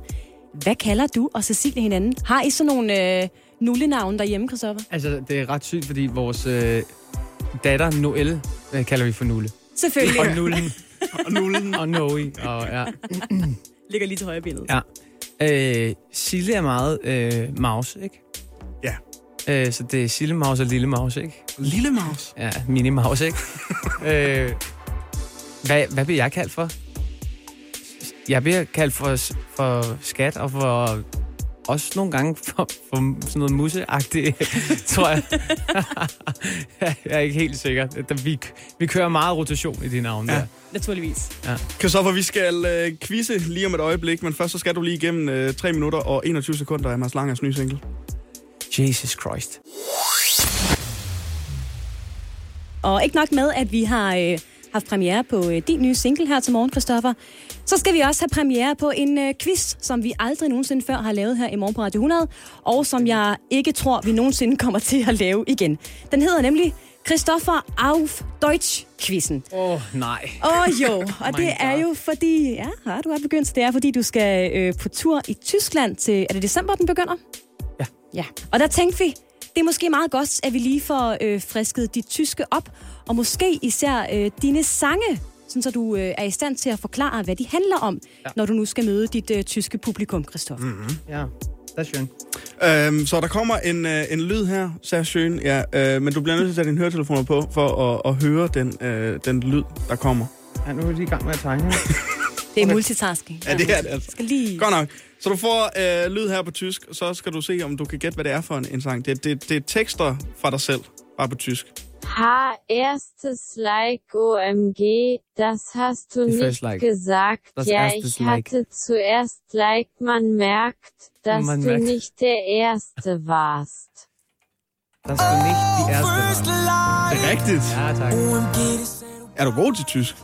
Hvad kalder du og Cecilie hinanden? Har I sådan nogle øh, nullenavne derhjemme, Christoffer?
Altså, det er ret sygt, fordi vores øh, datter, Noelle, øh, kalder vi for Nulle.
Selvfølgelig.
Og Nullen. og Nullen. og Noe. Og, ja.
Ligger lige til højre benet.
ja. Øh, Sille er meget øh, Maus, ikke?
Ja.
Øh, så det er Sille Maus og Lille Maus, ikke?
Lille Maus?
Ja, Mini Maus, ikke? øh, hvad, hvad bliver jeg kaldt for? Jeg bliver kaldt for, for skat og for også nogle gange for, for sådan noget musseagtigt, tror jeg. jeg er ikke helt sikker. Der- Vi, vi kører meget rotation i de navne ja. der.
Naturligvis.
Ja.
Christoffer, vi skal øh, quizze lige om et øjeblik, men først så skal du lige igennem øh, 3 minutter og 21 sekunder af Mads Langers nye single.
Jesus Christ.
Og ikke nok med, at vi har øh, haft premiere på øh, din nye single her til morgen, Christoffer, så skal vi også have premiere på en øh, quiz, som vi aldrig nogensinde før har lavet her i morgen på Radio 100, og som jeg ikke tror, vi nogensinde kommer til at lave igen. Den hedder nemlig Christoffer auf Deutsch-quizzen.
Åh, oh, nej.
Åh oh, jo, og
My
det er jo fordi, ja, har du er begyndt, det er fordi, du skal øh, på tur i Tyskland til, er det december, den begynder? Ja. Ja, og der tænkte vi, Det er måske meget godt, at vi lige får øh, frisket dit tyske op, og måske især øh, dine sange, sådan så du øh, er i stand til at forklare, hvad de handler om, ja. når du nu skal møde dit øh, tyske publikum, Christoffer.
Mm-hmm.
Ja, det er schön.
Øhm, så der kommer en, øh, en lyd her, Sarah Schøn, ja, øh, men du bliver nødt til at tage dine høretelefoner på, for at, at høre den, øh, den lyd, der kommer.
Ja, nu er vi lige i gang med at tegne.
Det er multitasking.
Ja, det er det altså.
Skal lige...
Godt nok. Så du får øh, lyd her på tysk, og så skal du se, om du kan gætte, hvad det er for en, en sang. Det, det, det er tekster fra dig selv, bare på tysk.
Ha, erstes Like, OMG, das hast du
Die
nicht
first like.
gesagt.
Das
ja,
erstes
ich
Like.
hatte zuerst Like, man merkt, dass
Man
du
merkt.
nicht der Erste warst.
Dass du nicht die erste
Det er rigtigt.
Ja, tak.
Er du god til tysk?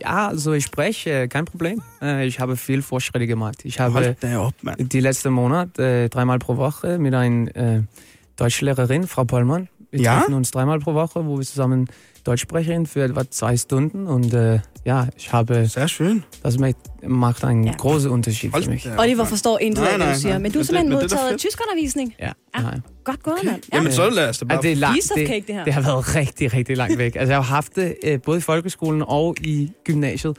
Ja, also ich spreche, äh, kein Problem. Äh, Ich habe viel Fortschritte gemacht. Ich habe
Hold da op, mand.
die letzten Monat äh, dreimal pro Woche mit einer äh, Deutschlehrerin, Frau Pollmann. Wir
Ja?
treffen uns dreimal pro Woche, wo wir zusammen Deutsch sprechen für etwa zwei Stunden. Und äh, ja, ich habe...
Sehr schön.
Das ma- macht einen großen Unterschied für mich.
Oliver forstår intet af, hvad du siger, men du har simpelthen
men det er da
modtaget
fedt.
tyskundervisning.
Ja, nej.
Godt gået, mand. Ja.
Jamen, så lad os da bare-
Ja, det, er langt,
Piece of cake, det her.
det har været rigtig, rigtig langt væk. Altså, jeg har jo haft det øh, både i folkeskolen og i gymnasiet.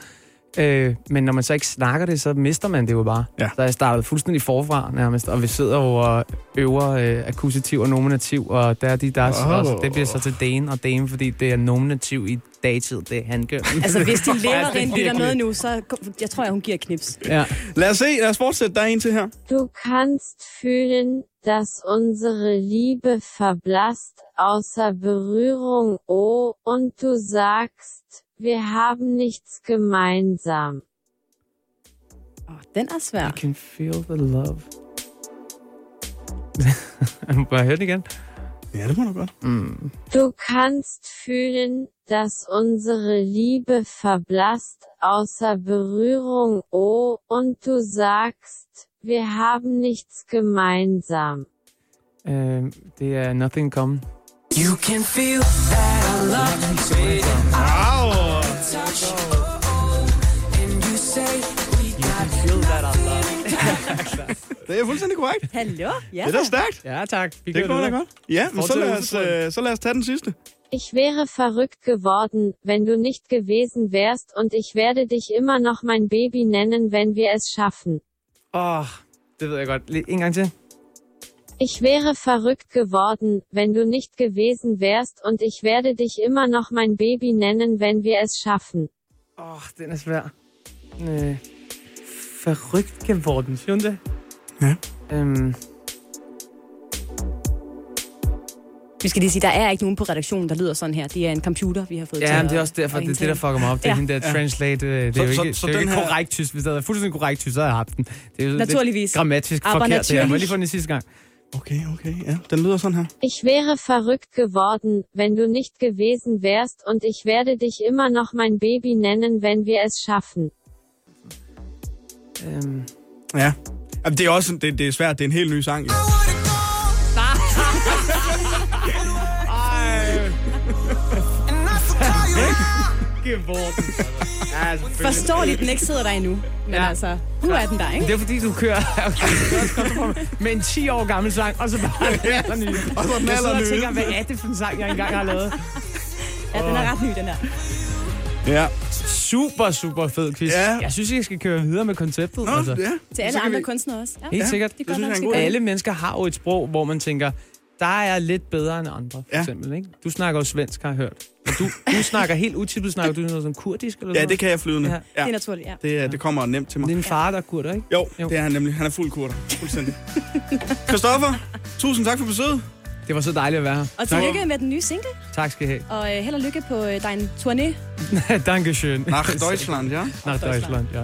Øh, men når man så ikke snakker det, så mister man det jo bare.
Ja.
Så jeg startede fuldstændig forfra nærmest, og vi sidder jo og øver øh, akkusativ og nominativ, og der er de, der er
Åh.
oh. også. Det bliver så til dane og dame, fordi det er nominativ i dagtid, det er handgøm.
Altså, hvis din
det
lærerinde
er
lytter med
virkelig.
nu, så jeg tror jeg, hun giver et knips.
Ja.
Lad os se, lad os fortsætte. Der er en til her.
Du kannst fühlen, dass unsere Liebe verblasst außer Berührung, oh, und du sagst, wir haben nichts gemeinsam.
Den er svær.
I can feel the love. Må jeg høre det igen?
Ja, det må du godt.
Mm.
Du kannst fühlen, dass unsere Liebe verblasst außer Berührung, oh, und du sagst, wir haben nichts gemeinsam.
Øh, det er nothing common.
You can feel that I love you, baby.
Wow.
Touch, oh, oh. And you say we got feel that I love.
Det er fuldstændig korrekt.
Hallo? Ja.
Det er da stærkt.
Ja, tak. Vi
det
kører
går da
videre.
godt. Ja, men så
Fortsæt
lad, os,
udfordringen.
øh, så lad os tage den sidste.
Ich wäre verrückt geworden, wenn du nicht gewesen wärst und ich werde dich immer noch mein Baby nennen, wenn wir es schaffen.
Åh, oh, det ved jeg godt. Lige en gang til.
Ich wäre verrückt geworden, wenn du nicht gewesen wärst und ich werde dich immer noch mein Baby nennen, wenn wir es schaffen.
Åh, oh, den er svær. Øh, verrygt geworden, siger hun det?
Ja.
Øhm,
Vi skal lige sige, der er ikke nogen på redaktionen, der lyder sådan her. Det er en computer, vi har fået til
ja, men det er
at-
også derfor,
at
det er det, der
indtale.
fucker mig op. Det er ja. hende der translate. øh, Det er
Så-
jo
så-
ikke,
så
så, det er jo
den
ikke
her-
korrekt tysk. Hvis det var fuldstændig korrekt tysk, så havde jeg haft den. Det er jo lidt
Naturligvis.
Grammatisk
Aber
forkert. Det her. Jeg må
natürlich.
lige få den i sidste gang.
Okay, okay, ja. Den lyder sådan her.
Ich wäre verrückt geworden, wenn du nicht gewesen wärst und ich werde dich immer noch mein Baby nennen, wenn wir es schaffen.
Øhm.
Ja. Jamen, det er også det, det er svært. Det er en helt ny sang. Jo.
Geworden. Ja, selvfølgelig.
Forståeligt, den ikke sidder der endnu. Men ja. altså, nu er den der, ikke?
Det er fordi, du kører okay, det er også godt, du får den. med en 10 år gammel sang, og så bare den allernye.
Og så den
Jeg sidder og
allernye.
tænker, hvad er det for en sang, jeg engang har lavet?
Ja, den er ret ny, den her.
Ja.
Super, super fed quiz.
Ja.
Jeg synes, jeg skal køre videre med konceptet. Nå, altså.
Til alle andre kunstnere også. Ja.
Helt sikkert.
Det, synes jeg
Alle mennesker har jo et sprog, hvor man tænker, der er jeg lidt bedre end andre, for ja. eksempel. Ikke? Du snakker jo svensk, har jeg hørt. Og Du, du snakker helt utippet, snakker du noget som kurdisk? Eller
Ja,
sådan
det kan jeg flydende. Ja.
Ja.
Det er naturligt, ja.
Det, er- det kommer nemt til mig.
Din far, der er kurder, ikke?
Jo, jo, det er han nemlig. Han er fuld kurder. Fuldstændig. Christoffer, tusind tak for besøget.
noget? Det var så dejligt at være her.
Og tillykke med den nye single,
Tak skal I have.
og øh, held og lykke på øh, din turné.
Dankeschön.
Nach Deutschland, ja?
Nach Deutschland, ja.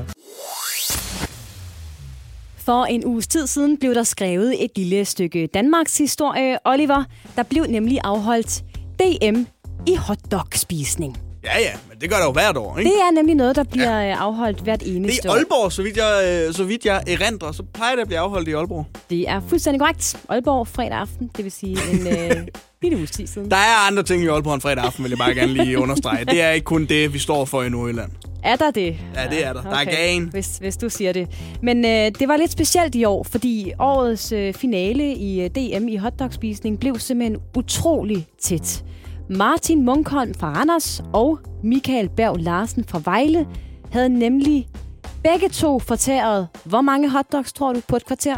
For en uges tid siden blev der skrevet et lille stykke Danmarks historie, Oliver. Der blev nemlig afholdt DM i hotdog-spisning.
Ja, ja, men det gør der jo hvert år, ikke?
Det er nemlig noget, der bliver ja. afholdt hvert
Det
eneste
er i
år.
Aalborg, så vidt jeg, øh, så vidt jeg erindrer, så plejer det at blive afholdt i Aalborg.
Det er fuldstændig korrekt. Aalborg fredag aften, det vil sige en øh, lille uges tid siden.
Der er andre ting i Aalborg en fredag aften, vil jeg bare gerne lige understrege. Det er ikke kun det, vi står for i Nordjylland.
Er der det?
Ja, det er der. Der er gagen.
Hvis, hvis du siger det. Men øh, det var lidt specielt i år, fordi årets øh, finale i øh, DM i hotdogspisning blev simpelthen utrolig tæt. Martin Munkholm fra Randers og Michael Berg Larsen fra Vejle havde nemlig begge to fortæret. Hvor mange hotdogs tror du på et kvarter?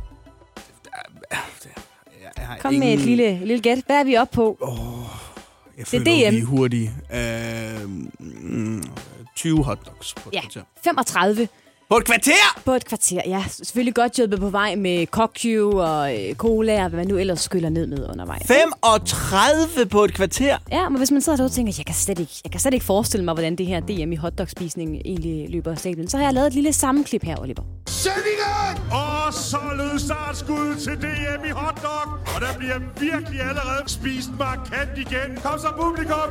Jeg har
Kom med et lille, lille gæt. Hvad er vi oppe på?
Jeg
Det er
føler, det
DM.
vi er hurtige. Øh, mm, 20 hotdogs på et
Ja,
kvarter.
35.
På et kvarter?
På et kvarter, ja. Selvfølgelig godt hjulpet på vej med kokju og øh, cola og hvad man nu ellers skyller ned med undervejs.
35 på et kvarter?
Ja, men hvis man sidder derude og tænker, jeg kan slet ikke, jeg kan slet ikke forestille mig, hvordan det her DM i hotdogspisning egentlig løber af stablen, så har jeg lavet et lille sammenklip her, Oliver.
Sæt i gang! Og så lød startskud til DM i hotdog. Og der bliver virkelig allerede spist markant igen. Kom så, publikum!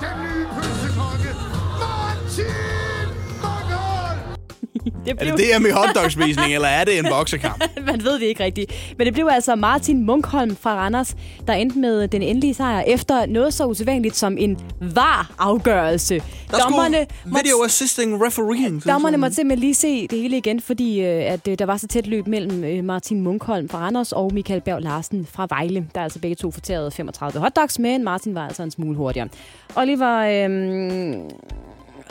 Den nye pølsekonge, Martin Mangol!
Er det DM i hotdogspisning, eller er det en boksekamp?
Man ved det ikke rigtigt. Men det blev altså Martin Munkholm fra Randers, der endte med den endelige sejr efter noget så usædvanligt som en var-afgørelse. Dommerne måtte-
Video assisting refereeing.
Dommerne måtte simpelthen lige se det hele igen, fordi øh, at, øh, der var så tæt løb mellem øh, Martin Munkholm fra Randers og Michael Berg Larsen fra Vejle. Der er altså begge to fortærede 35 hotdogs, men Martin var altså en smule hurtigere. Oliver, øh,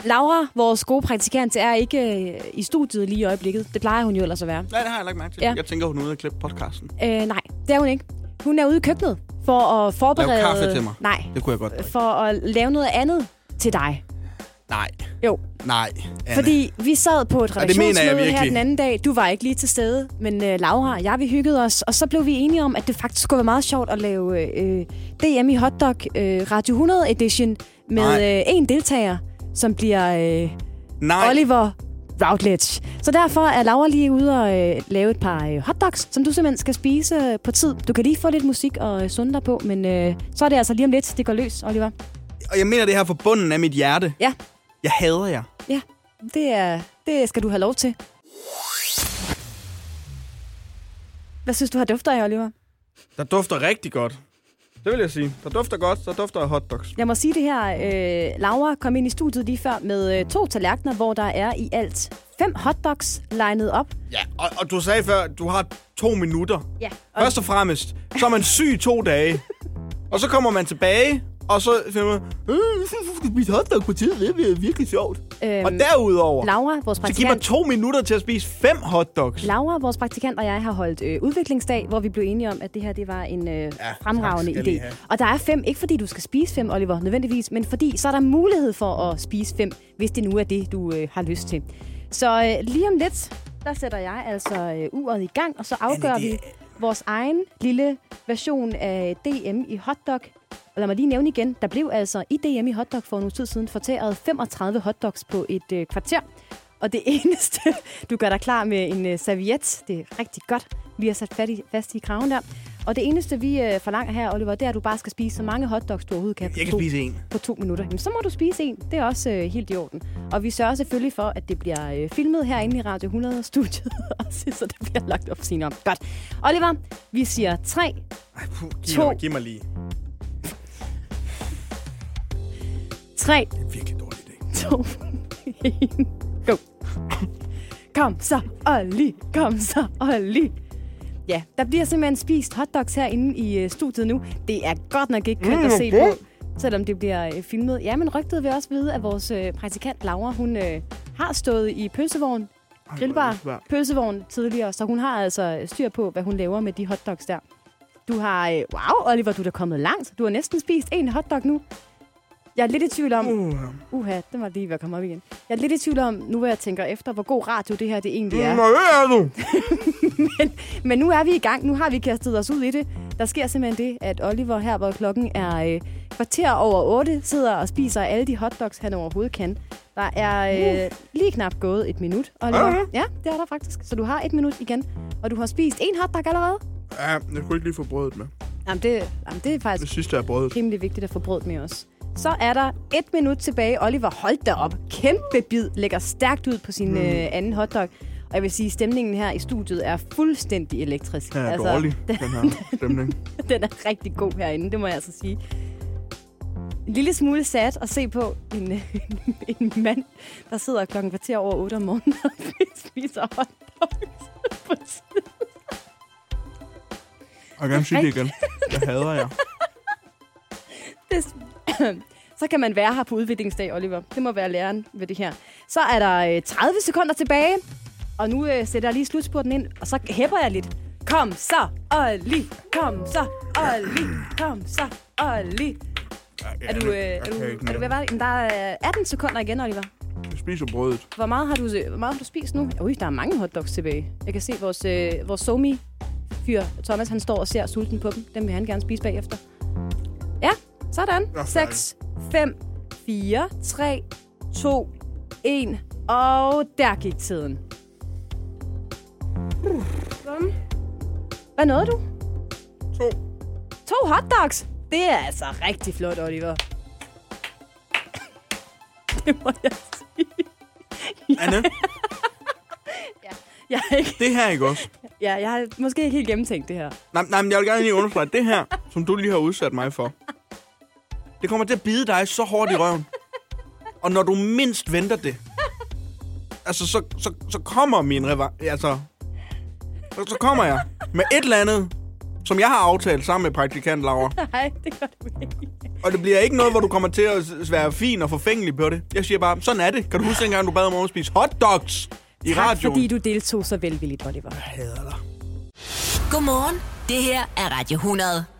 Laura, vores gode praktikant, er ikke øh, i studiet lige i øjeblikket. Det plejer hun jo ellers at være.
Nej, det har jeg lagt mærke til.
Ja.
Jeg tænker, hun er ude og klippe podcasten.
Øh, nej, det er hun ikke. Hun er ude i køkkenet for at
Lav
forberede...
kaffe til mig.
Nej,
Det kunne jeg godt. drikke.
for at lave noget andet til dig.
Nej.
Jo.
Nej, Anne.
Fordi vi sad på et
Og det mener jeg
redaktionsmøde her
virkelig.
den anden dag. Du var ikke lige til stede, men uh, Laura og jeg, vi hyggede os. Og så blev vi enige om, at det faktisk kunne være meget sjovt at lave uh, DM i Hotdog uh, Radio 100 Edition med
Nej.
uh, en deltager, som bliver uh,
Nej.
Oliver Routledge. Så derfor er Laura lige ude og øh, lave et par øh, hotdogs, som du simpelthen skal spise øh, på tid. Du kan lige få lidt musik og øh, sunde dig på, men øh, så er det altså lige om lidt, det går løs, Oliver.
Og jeg mener det her fra bunden af mit hjerte.
Ja.
Jeg hader jer.
Ja, det, er, det skal du have lov til. Hvad synes du har dufter af, Oliver?
Der dufter rigtig godt. Det vil jeg sige. Der dufter godt, der dufter af hotdogs.
Jeg må sige det her. Øh, Laura kom ind i studiet lige før med øh, to tallerkener, hvor der er i alt fem hotdogs legnet op.
Ja, og, og du sagde før, du har to minutter.
Ja. Og,
Først og fremmest, så er man syg i to dage. og så kommer man tilbage, og så finder man, øh, jeg synes, du skal spise hotdog på tid, det bliver virkelig sjovt.
Øhm,
og derudover,
Laura, vores
så giv mig
praktikant,
to minutter til at spise fem hotdogs.
Laura, vores praktikant og jeg har holdt øh, udviklingsdag, hvor vi blev enige om, at det her det var en øh, ja, fremragende
tak skal I have.
idé. Og der er fem, ikke fordi du skal spise fem, Oliver, nødvendigvis, men fordi så er der mulighed for at spise fem, hvis det nu er det, du øh, har lyst til. Så øh, lige om lidt, der sætter jeg altså øh, uret i gang, og så afgør vi vores egen lille version af DM i hotdog. Og lad mig lige nævne igen, der blev altså i DM i hotdog for nogle tid siden fortæret 35 hotdogs på et øh, kvarter. Og det eneste, du gør dig klar med en øh, serviet, det er rigtig godt. Vi har sat fat i, fast i kraven der. Og det eneste, vi øh, forlanger her, Oliver, det er, at du bare skal spise så mange hotdogs, du overhovedet kan. på
Jeg kan
to-
spise en.
På to minutter. Jamen, så må du spise en. Det er også øh, helt i orden. Og vi sørger selvfølgelig for, at det bliver øh, filmet herinde i Radio 100-studiet. så det bliver lagt op senere. om. Godt. Oliver, vi siger 3,
Giv,
To.
Mig, giv mig lige.
3. Det er virkelig dårlig idé. 2, 1, go. Kom så, Olli. Kom så, Olli. Ja, der bliver simpelthen spist hotdogs herinde i øh, studiet nu. Det er godt nok ikke kønt
Mm,
at se
okay.
på, selvom det bliver øh, filmet. Ja, men rygtet vil også vide, at vores øh, praktikant Laura, hun øh, har stået i pølsevogn, grillbar
svært.
pølsevogn tidligere, så hun har altså styr på, hvad hun laver med de hotdogs der. Du har... øh, Wow, Oliver, du er da kommet langt. Du har næsten spist en hotdog nu. Jeg er lidt i tvivl om...
Uha.
Uha, den var lige ved at komme op igen. Jeg er lidt i tvivl om, nu hvor jeg tænker efter, hvor god radio det her det egentlig
Ja.
er.
Nå, øh. det er du.
Men nu er vi i gang. Nu har vi kastet os ud i det. Der sker simpelthen det, at Oliver her, hvor klokken er øh, kvarter over 8, sidder og spiser alle de hotdogs, han overhovedet kan. Der er øh, lige knap gået et minut, Oliver.
Er der det?
Ja, det er der faktisk. Så du har et minut igen, og du har spist en hotdog allerede.
Ja, jeg kunne ikke lige få brødet med.
Jamen, det, jamen, det er faktisk
Det sidste er brødet.
rimelig vigtigt at få brød med os. Så er der et minut tilbage. Oliver, hold da op. Kæmpe bid. Lægger stærkt ud på sin
Mm.
mm. øh, anden hotdog. Og jeg vil sige, at stemningen her i studiet er fuldstændig elektrisk.
Den er altså, dårlig, den her stemning.
den er rigtig god herinde, det må jeg altså sige. en lille smule sat at se på en, øh, en mand, der sidder klokken kvarter over 8 om morgenen og spiser hotdogs på siden.
Jeg kan gerne sige det igen. Jeg hader jer.
Det, så kan man være her på udviklingsdag, Oliver. Det må være læreren ved det her. Så er der øh, 30 sekunder tilbage, og nu øh, sætter jeg lige slutspurten ind, og så hæpper jeg lidt. Kom så, Oli! Kom så, Oli! Kom så, Oli! Er du, øh, er du,
kan
er
ikke
du ved
mere.
at være, Jamen, der er øh, 18 sekunder igen, Oliver.
Jeg spiser brødet.
Hvor meget har du, hvor meget har du spist nu? Ui, der er mange hotdogs tilbage. Jeg kan se vores, øh, vores somi fyr Thomas, han står og ser sulten på dem. Dem vil han gerne spise bagefter. Ja, sådan.
Jeg er
6, 5, 4, 3, 2, 1. Og der gik tiden. Uh, sådan. Hvad nåede du?
To.
To hotdogs? Det er altså rigtig flot, Oliver.
Anne?
Jeg er ikke,
Det her, ikke også?
ja, jeg har måske ikke helt gennemtænkt det her.
Nej, nej, men jeg vil gerne lige understrege, det her, som du lige har udsat mig for, det kommer til at bide dig så hårdt i røven. Og når du mindst venter det, altså, så, så, så kommer min revanche, altså, så, så kommer jeg med et eller andet, som jeg har aftalt sammen med praktikant Laura.
Nej, det gør du
Og det bliver ikke noget, hvor du kommer til at s- være fin og forfængelig på det. Jeg siger bare, sådan er det. Kan du huske dengang, du bad om at spise hotdogs i
tak,
radioen?
fordi du deltog så velvilligt, Oliver. Jeg
hader dig.
Godmorgen. Det her er Radio 100.